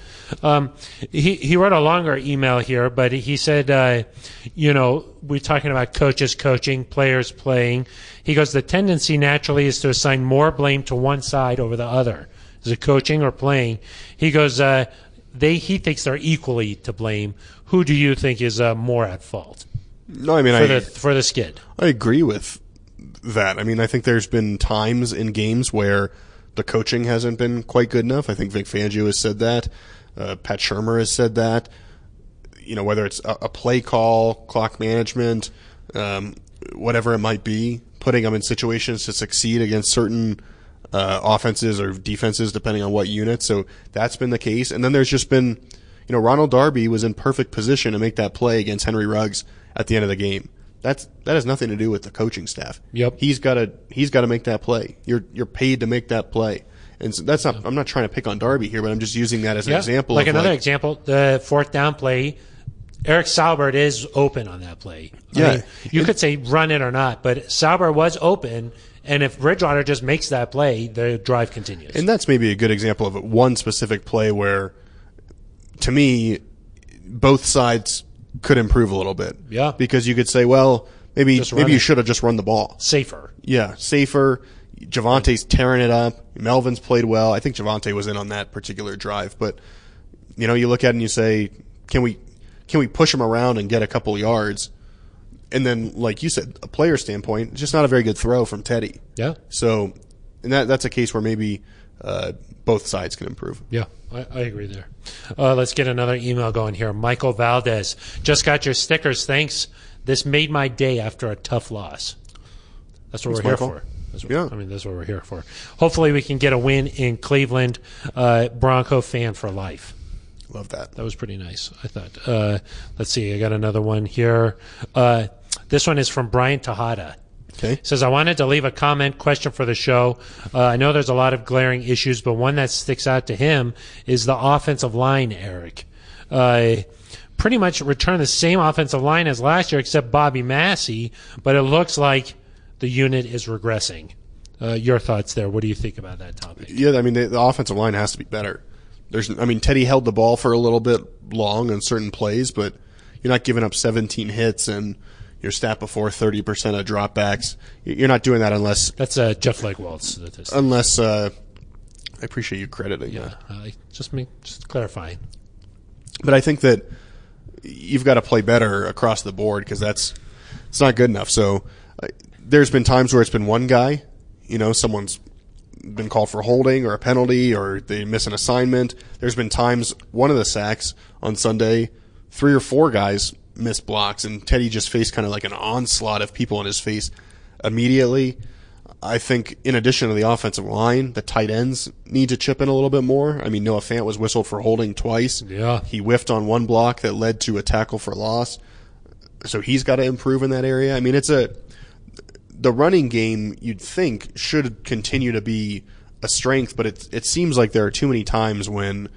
Um, he he wrote a longer email here, but he said, uh, you know, we're talking about coaches coaching, players playing. He goes, the tendency naturally is to assign more blame to one side over the other. Is it coaching or playing? He goes, uh, they he thinks they're equally to blame. Who do you think is uh, more at fault
No, I mean
for
I
the for the skid?
I agree with that. I mean I think there's been times in games where the coaching hasn't been quite good enough. I think Vic Fangio has said that. Uh, Pat Shermer has said that. you know, whether it's a, a play call, clock management, um, whatever it might be, putting them in situations to succeed against certain uh, offenses or defenses, depending on what unit. So that's been the case. And then there's just been, you know, Ronald Darby was in perfect position to make that play against Henry Ruggs at the end of the game. That's that has nothing to do with the coaching staff.
Yep.
he's got to he's got to make that play. You're you're paid to make that play, and so that's not. I'm not trying to pick on Darby here, but I'm just using that as an
Yeah,
example.
Like
of
another
like,
example, the fourth down play. Eric Saubert is open on that play. I
Yeah.
mean, you could say run it or not, but Saubert was open, and if Bridgewater just makes that play, the drive continues.
And that's maybe a good example of one specific play where, to me, both sides could improve a little bit.
Yeah.
Because you could say, well, maybe
Just run
maybe you
it.
should have just run the ball.
Safer.
Yeah, safer. Javante's tearing it up. Melvin's played well. I think Javante was in on that particular drive, but you know, you look at it and you say, can we can we push him around and get a couple yards? And then, like you said, a player standpoint, just not a very good throw from Teddy.
Yeah.
So, and that that's a case where maybe uh, both sides can improve.
Yeah, I, I agree there. Uh, let's get another email going here. Michael Valdez just got your stickers. Thanks. This made my day after a tough loss. That's what we're
Michael.
here for. That's what,
Yeah.
I mean that's what we're here for. Hopefully, we can get a win in Cleveland. Uh, Bronco fan for life.
Love that.
That was pretty nice, I thought. Uh, let's see, I got another one here. Uh, this one is from Brian Tejada.
Okay.
It says, I wanted to leave a comment question for the show. Uh, I know there's a lot of glaring issues, but one that sticks out to him is the offensive line, Eric. Uh, pretty much returned the same offensive line as last year, except Bobby Massey, but it looks like the unit is regressing. Uh, your thoughts there. What do you think about that topic?
Yeah, I mean, the, the offensive line has to be better. There's, I mean, Teddy held the ball for a little bit long on certain plays, but you're not giving up 17 hits and you're stat before 30 percent of dropbacks. Y- You're not doing that unless
That's uh, Jeff Legwald's statistic.
unless uh, I appreciate you crediting that.
Uh, just me, just clarifying.
But I think that you've got to play better across the board because that's it's not good enough. So uh, there's been times where it's been one guy, you know, someone's been called for holding or a penalty or they miss an assignment. There's been times one of the sacks on Sunday, three or four guys missed blocks and Teddy just faced kind of like an onslaught of people in his face immediately. I think in addition to the offensive line, the tight ends need to chip in a little bit more. I mean, Noah Fant was whistled for holding twice.
Yeah.
He whiffed on one block that led to a tackle for loss. So he's got to improve in that area. I mean, it's a the running game you'd think should continue to be a strength, but it it seems like there are too many times when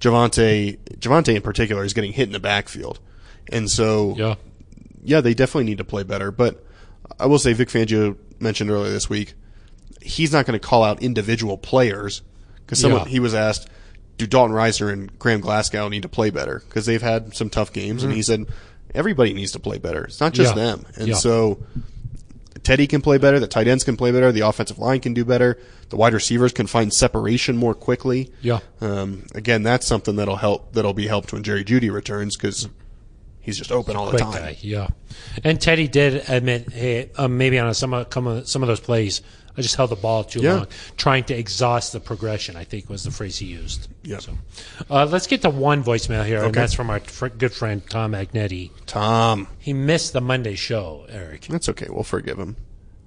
Javante Javante in particular is getting hit in the backfield. And so
Yeah.
yeah, they definitely need to play better. But I will say Vic Fangio mentioned earlier this week, he's not going to call out individual players because someone
Yeah.
he was asked, "Do Dalton Reisner and Graham Glasgow need to play better?" Because they've had some tough games, and he said everybody needs to play better. It's not just
Mm-hmm. Yeah.
them, and
Yeah.
so. Teddy can play better. The tight ends can play better. The offensive line can do better. The wide receivers can find separation more quickly.
Yeah.
Um, again, that's something that'll help. That'll be helped when Jerry Judy returns because he's just open all the
Quick
time.
guy, yeah. And Teddy did admit, hey, uh, maybe on some of, come of- some of those plays, I just held the ball too
Yeah.
long, trying to exhaust the progression. I think was the phrase he used.
Yeah.
So, uh, let's get to one voicemail here, and that's from our fr- good friend Tom Agnetti.
Tom,
He missed the Monday show, Eric.
that's okay. We'll forgive him.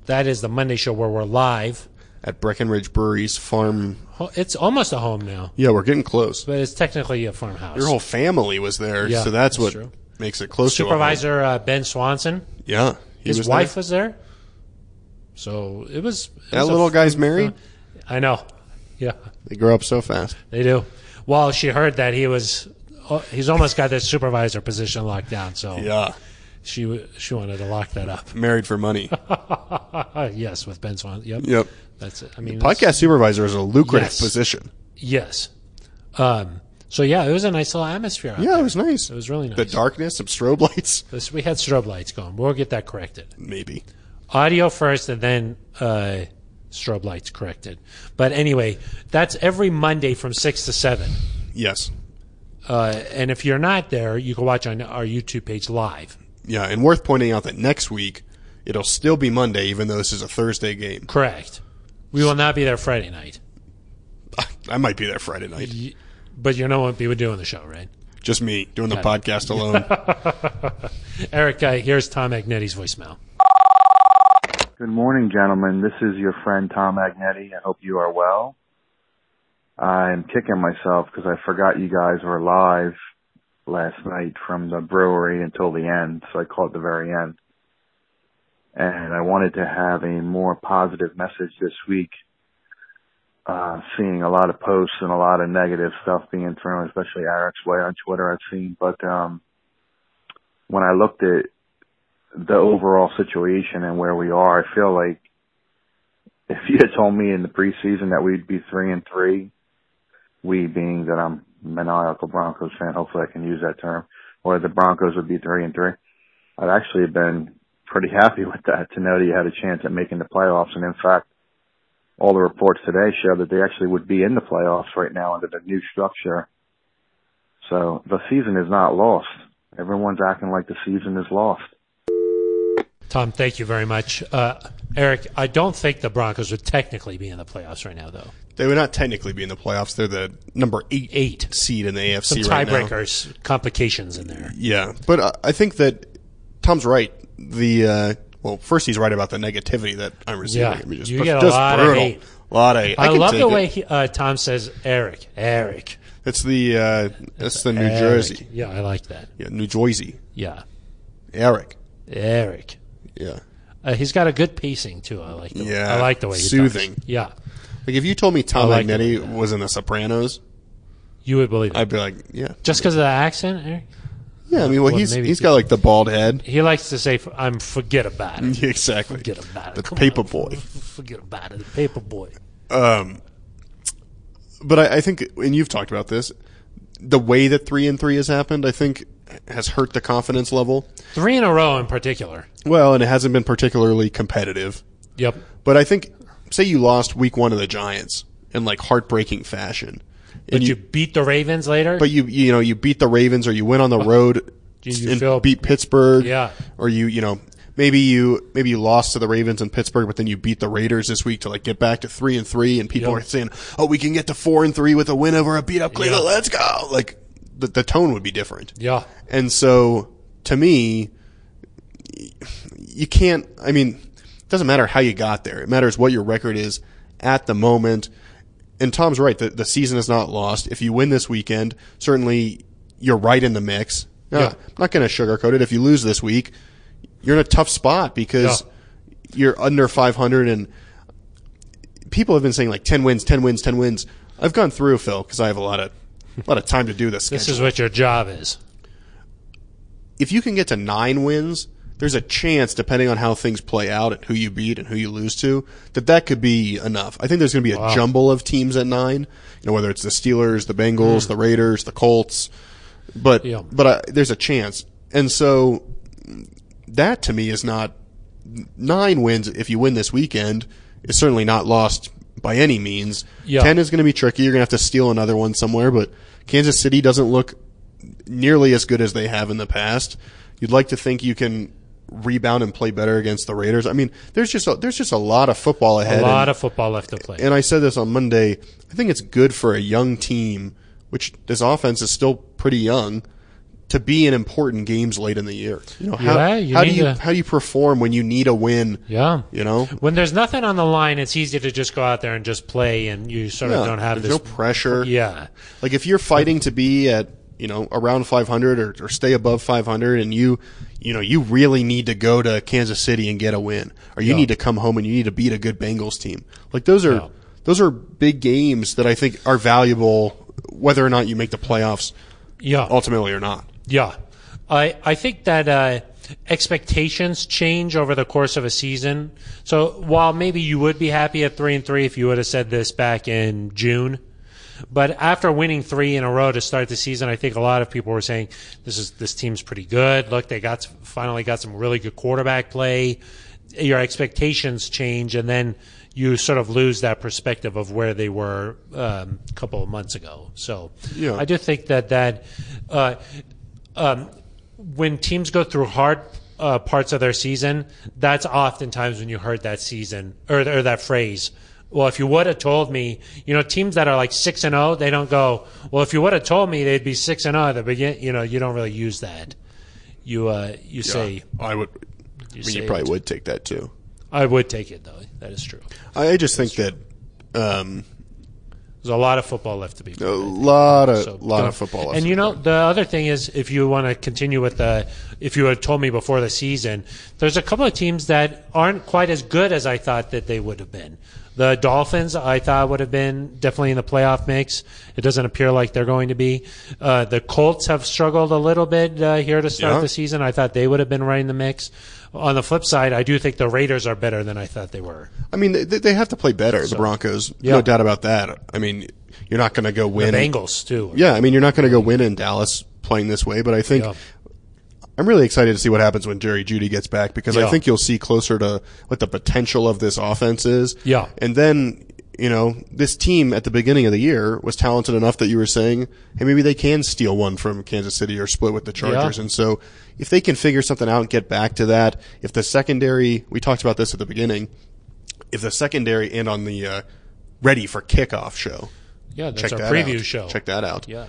That is the Monday show where we're live.
At Breckenridge Brewery's farm.
Ho- It's almost a home now,
Yeah, we're getting close.
but it's technically a farmhouse.
Your whole family was there,
Yeah,
so that's,
that's
what
true.
makes it close. to a home.
Supervisor uh, Ben Swanson,
Yeah, he
his
was
wife
there.
was there. So it was. it
That
was a
little
f- uh,
guy's married.
I know. Yeah,
They grow up so fast.
they do. Well, she heard that he was. oh, He's almost got this supervisor position locked down, so
Yeah,
she w- she wanted to lock that
married for money.
up. yes, with Ben Swanson. Yep.
yep.
That's it. I mean, that's-
Podcast supervisor is a lucrative
Yes.
position.
Yes. Um, so yeah, it was a nice little atmosphere. Out
Yeah,
there.
it was nice.
It was really nice.
The darkness, some strobe lights,
This- we had strobe lights going. We'll get that corrected.
maybe.
Audio first, and then uh, strobe lights corrected. But anyway, that's every Monday from six to seven.
Yes.
Uh, and if you're not there, you can watch on our YouTube page live.
Yeah, and worth pointing out that next week it'll still be Monday, even though this is a Thursday game.
Correct. We will not be there Friday night,
I might be there Friday night.
Y- but you know what we were doing the show, right?
Just me doing the podcast alone.
Eric, uh, here's Tom Agnetti's voicemail.
Good morning, gentlemen. This is your friend Tom Agnetti. I hope you are well. I'm kicking myself because I forgot you guys were live last night from the brewery until the end, so I called the very end. And I wanted to have a more positive message this week. Uh, seeing a lot of posts and a lot of negative stuff being thrown, especially Eric's way on Twitter I've seen, but, um, when I looked at the overall situation and where we are, I feel like if you had told me in the preseason that we'd be three and three, we being that I'm a maniacal Broncos fan, hopefully I can use that term, or the Broncos would be three and three, I'd actually have been pretty happy with that to know that you had a chance at making the playoffs. And in fact, all the reports today show that they actually would be in the playoffs right now under the new structure. So the season is not lost. Everyone's acting like the season is lost.
Tom, thank you very much. Uh, Eric, I don't think the Broncos would technically be in the playoffs right now, though.
they would not technically be in the playoffs. They're the number eight,
Eight.
seed in the
Some
AFC right now.
tiebreakers, complications in there.
Yeah, but uh, I- I think that Tom's right. The uh, well, first he's right about the negativity that I'm receiving.
Yeah,
I mean,
you get a lot of hate.
A lot of hate.
I,
can
love
take
the
it.
way he, uh, Tom says Eric. Eric.
That's the uh, that's the New
Eric.
Jersey,
Yeah, I like that.
yeah, New Jersey,
Yeah.
Eric.
Eric.
Yeah,
Uh, he's got a good pacing, too. I like the,
Yeah,
I like the way he
soothing.
talks. Yeah.
like if you told me Tom
like
Magnetti was in The Sopranos,
You would believe it.
I'd be like, yeah,
Just because of the accent, Eric?
yeah. I mean, well,
Well,
he's
maybe
he's
if
got like the bald head.
He likes to say, I'm forget about it.
Yeah, exactly.
Forget about it.
The
Come
paper
on.
boy.
F- Forget about it. The paper boy.
Um, but I, I think, and you've talked about this, the way that three and three has happened, I think, has hurt the confidence level.
Three in a row in particular.
Well, and it hasn't been particularly competitive.
Yep.
But I think, say you lost week one of the Giants in like heartbreaking fashion,
But
and
you, beat the Ravens later?
but you you know you beat the Ravens or you went on the road
Do you
and
feel-
beat Pittsburgh,
Yeah.
or you you know maybe you maybe you lost to the Ravens in Pittsburgh, but then you beat the Raiders this week to like get back to three and three, and people
Yep.
are saying, oh, we can get to four and three with a win over a beat up Cleveland,
Yeah.
let's go! Like the, the tone would be different,
yeah.
and so to me, you can't. I mean, it doesn't matter how you got there. It matters what your record is at the moment. And Tom's right. The, the season is not lost. If you win this weekend, certainly you're right in the mix. No,
Yeah.
I'm not going to sugarcoat it. If you lose this week, you're in a tough spot because you're under 500 and people have been saying like 10 wins, 10 wins, 10 wins. I've gone through Phil because I have a lot of a lot of time to do this.
This is what your job is.
if you can get to nine wins, there's a chance, depending on how things play out and who you beat and who you lose to, that that could be enough. I think there's going to be a jumble of teams at nine. You know, whether it's the Steelers, the Bengals, the Raiders, the Colts, but
Mm. Yeah.
but I, there's a chance, and so that to me is not nine wins. If you win this weekend, is certainly not lost by any means.
Yeah.
Ten is going to be tricky. You're going to have to steal another one somewhere, but Kansas City doesn't look nearly as good as they have in the past. You'd like to think you can rebound and play better against the Raiders. I mean, there's just a, there's just a lot of football ahead.
A
and-
lot of football left to play.
and I said this on Monday. I think it's good for a young team, which this offense is still pretty young, to be in important games late in the year. You know, how,
Yeah, you
how do
need
you
to-
how do you perform when you need a win?
yeah.
You know,
When there's nothing on the line, it's easy to just go out there and just play, and you sort
Yeah,
of don't have
there's
this.
no pressure.
Yeah.
Like if you're fighting to be at you know around 500 or, or stay above 500, and you you know you really need to go to Kansas City and get a win, or you need to come home and you need to beat a good Bengals team. Like those are
Yeah.
those are big games that I think are valuable, whether or not you make the playoffs
Yeah.
ultimately or not.
Yeah, I I think that uh, expectations change over the course of a season. So while maybe you would be happy at three and three if you would have said this back in June, but after winning three in a row to start the season, I think a lot of people were saying this is this team's pretty good. Look, they got finally got some really good quarterback play. Your expectations change, and then you sort of lose that perspective of where they were um, a couple of months ago. So
Yeah.
I do think that that. Uh, um, when teams go through hard uh, parts of their season, that's oftentimes when you heard that season or, or that phrase. Well, if you would have told me, you know, teams that are like six and zero, they don't go. Well, if you would have told me, they'd be six and zero at the begin. You know, you don't really use that. You uh, you say
I would.
you,
I mean,
say
you probably
it.
would take that too.
I would take it though. That is true.
I I just think that um,
There's a lot of football left to be.
a
Played.
lot of
So,
lot
uh,
of football.
And you know, the other thing is, if you want to continue with the, if you had told me before the season, there's a couple of teams that aren't quite as good as I thought that they would have been. The Dolphins, I thought would have been definitely in the playoff mix. It doesn't appear like they're going to be. Uh, the Colts have struggled a little bit uh, here to start
Yeah.
the season. I thought they would have been right in the mix. On the flip side, I do think the Raiders are better than I thought they were.
I mean, they, they have to play better. the Broncos,
Yeah.
no doubt about that. I mean, you're not going to go win.
Bengals too.
Yeah, I mean, you're not going to go win in Dallas playing this way. But I think
Yeah.
I'm really excited to see what happens when Jerry Judy gets back because I
Yeah.
think you'll see closer to what the potential of this offense is.
Yeah.
and then. You know, this team at the beginning of the year was talented enough that you were saying, hey, maybe they can steal one from Kansas City or split with the Chargers.
Yeah.
And so if they can figure something out and get back to that, if the secondary, we talked about this at the beginning, if the secondary and on the uh, ready for kickoff show,
yeah. That's
check
our
that
preview
out.
show.
Check that out.
Yeah.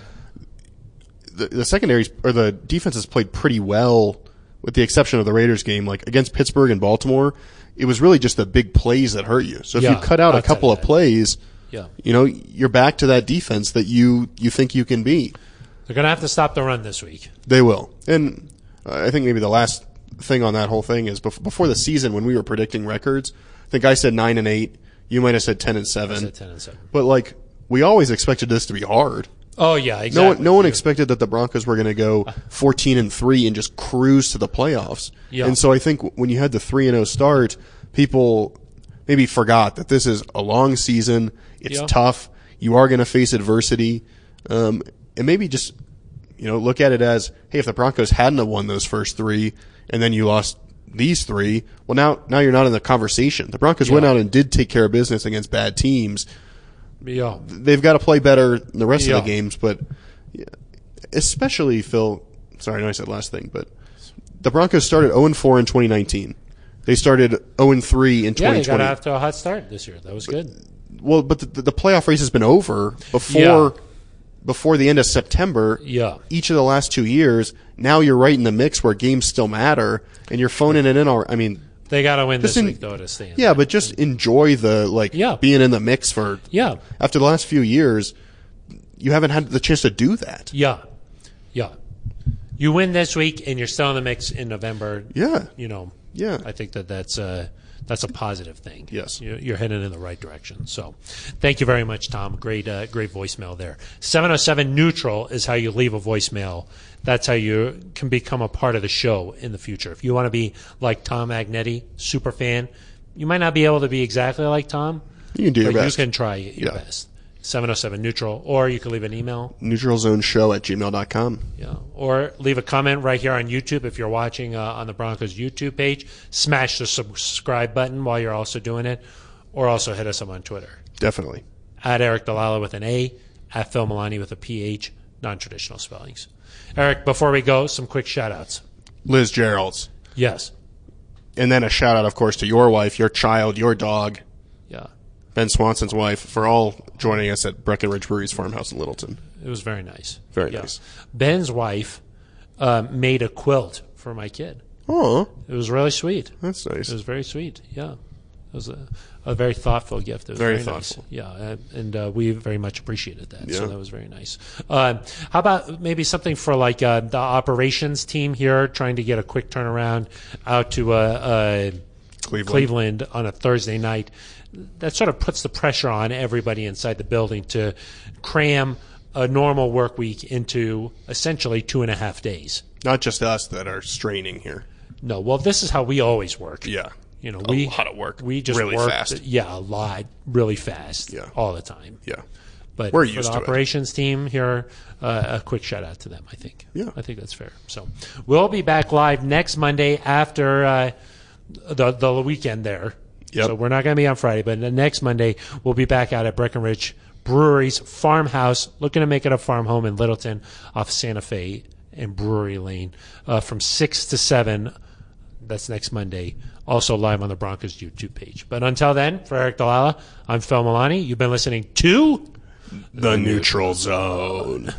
The, the secondaries or the defense has played pretty well, with the exception of the Raiders game. Like against Pittsburgh and Baltimore, it was really just the big plays that hurt you. So if
Yeah,
you cut out a
outside of
couple of
that.
plays,
Yeah.
you know you're back to that defense that you you think you can be.
They're gonna have to stop the run this week.
They will. And uh, I think maybe the last thing on that whole thing is bef- before the season when we were predicting records, I think I said nine and eight. You might have said ten and seven.
At 10 and 7.
But like we always expected this to be hard.
Oh yeah,
No
exactly.
one, no one expected that the Broncos were going to go 14 and 3 and just cruise to the playoffs.
Yeah.
And so I think w- when you had the 3 and 0 start, people maybe forgot that this is a long season. It's
Yeah.
tough. You are going to face adversity. Um, and maybe just, you know, look at it as, hey, if the Broncos hadn't have won those first three and then you lost these three, well, now, now you're not in the conversation. The Broncos went
Yeah.
out and did take care of business against bad teams
yeah,
they've got to play better in the rest
Yeah.
of the games, but especially Phil. Sorry, I know I said last thing, but the Broncos started 0 4 in 2019. They started 0 3 in
yeah. They
2020.
got off to a hot start this year. That was good.
well, but the, the playoff race has been over before
Yeah.
before the end of September.
Yeah.
Each of the last two years, now you're right in the mix where games still matter, and you're phoning it in. All I mean,
They got to win this
Just in-
week though to stay. in.
yeah, but just enjoy the like
Yeah.
being in the mix for
yeah,
after the last few years. You haven't had the chance to do that.
yeah, yeah. You win this week, and you're still in the mix in November.
Yeah.
You know,
Yeah.
I think that that's uh, that's a positive thing.
Yes.
You- you're headed in the right direction. So, thank you very much, Tom. Great, uh, great voicemail there. Seven oh seven neutral is how you leave a voicemail. That's how you can become a part of the show in the future. If you want to be like Tom Agnetti, super fan, you might not be able to be exactly like Tom.
You can do your
but
best.
You can try your
Yeah.
best. Seven oh seven neutral, or you can leave an email.
neutralzoneshow at gmail.com.
Yeah. Or leave a comment right here on YouTube if you're watching uh, on the Broncos YouTube page. Smash the subscribe button while you're also doing it, or also hit us up on Twitter
Definitely.
at Eric Dalala with an A, at Phil Milani with a PH, non traditional spellings. Eric, before we go, some quick shout outs.
Liz Gerald's.
Yes.
And then a shout out, of course, to your wife, your child, your dog,
Yeah.
Ben Swanson's wife, for all joining us at Breckenridge Brewery's farmhouse in Littleton.
It was very nice.
Very
Yeah.
nice.
Ben's wife uh, made a quilt for my kid.
Oh,
It was really sweet.
that's
It
nice.
was very sweet. Yeah, it was a, a very thoughtful gift. It was
Very
very,
thoughtful.
Nice. Yeah, and- and uh, we very much appreciated that.
Yeah.
So that was very nice. Um, how about maybe something for like uh, the operations team here, trying to get a quick turnaround out to uh, uh,
Cleveland.
Cleveland on a Thursday night. That sort of puts the pressure on everybody inside the building to cram a normal work week into essentially two and a half days.
Not just us that are straining here.
No, well, this is how we always work.
Yeah.
You know, we
lot of work,
We just
really
work,
fast.
Yeah, a lot, really fast.
Yeah.
all the time.
Yeah.
But
We're
for
used
the
to it.
operations team here, uh, a quick shout out to them. I think.
Yeah.
I think that's fair. So we'll be back live next Monday after uh, the the weekend there.
Yep.
So we're not going to be on Friday, but the next Monday we'll be back out at Breckenridge Brewery's farmhouse, looking to make it a farm home in Littleton off Santa Fe and Brewery Lane uh, from six to seven. That's next Monday. Also live on the Broncos YouTube page. But until then, for Eric Dalala, I'm Phil Milani. You've been listening to.
The neutral zone.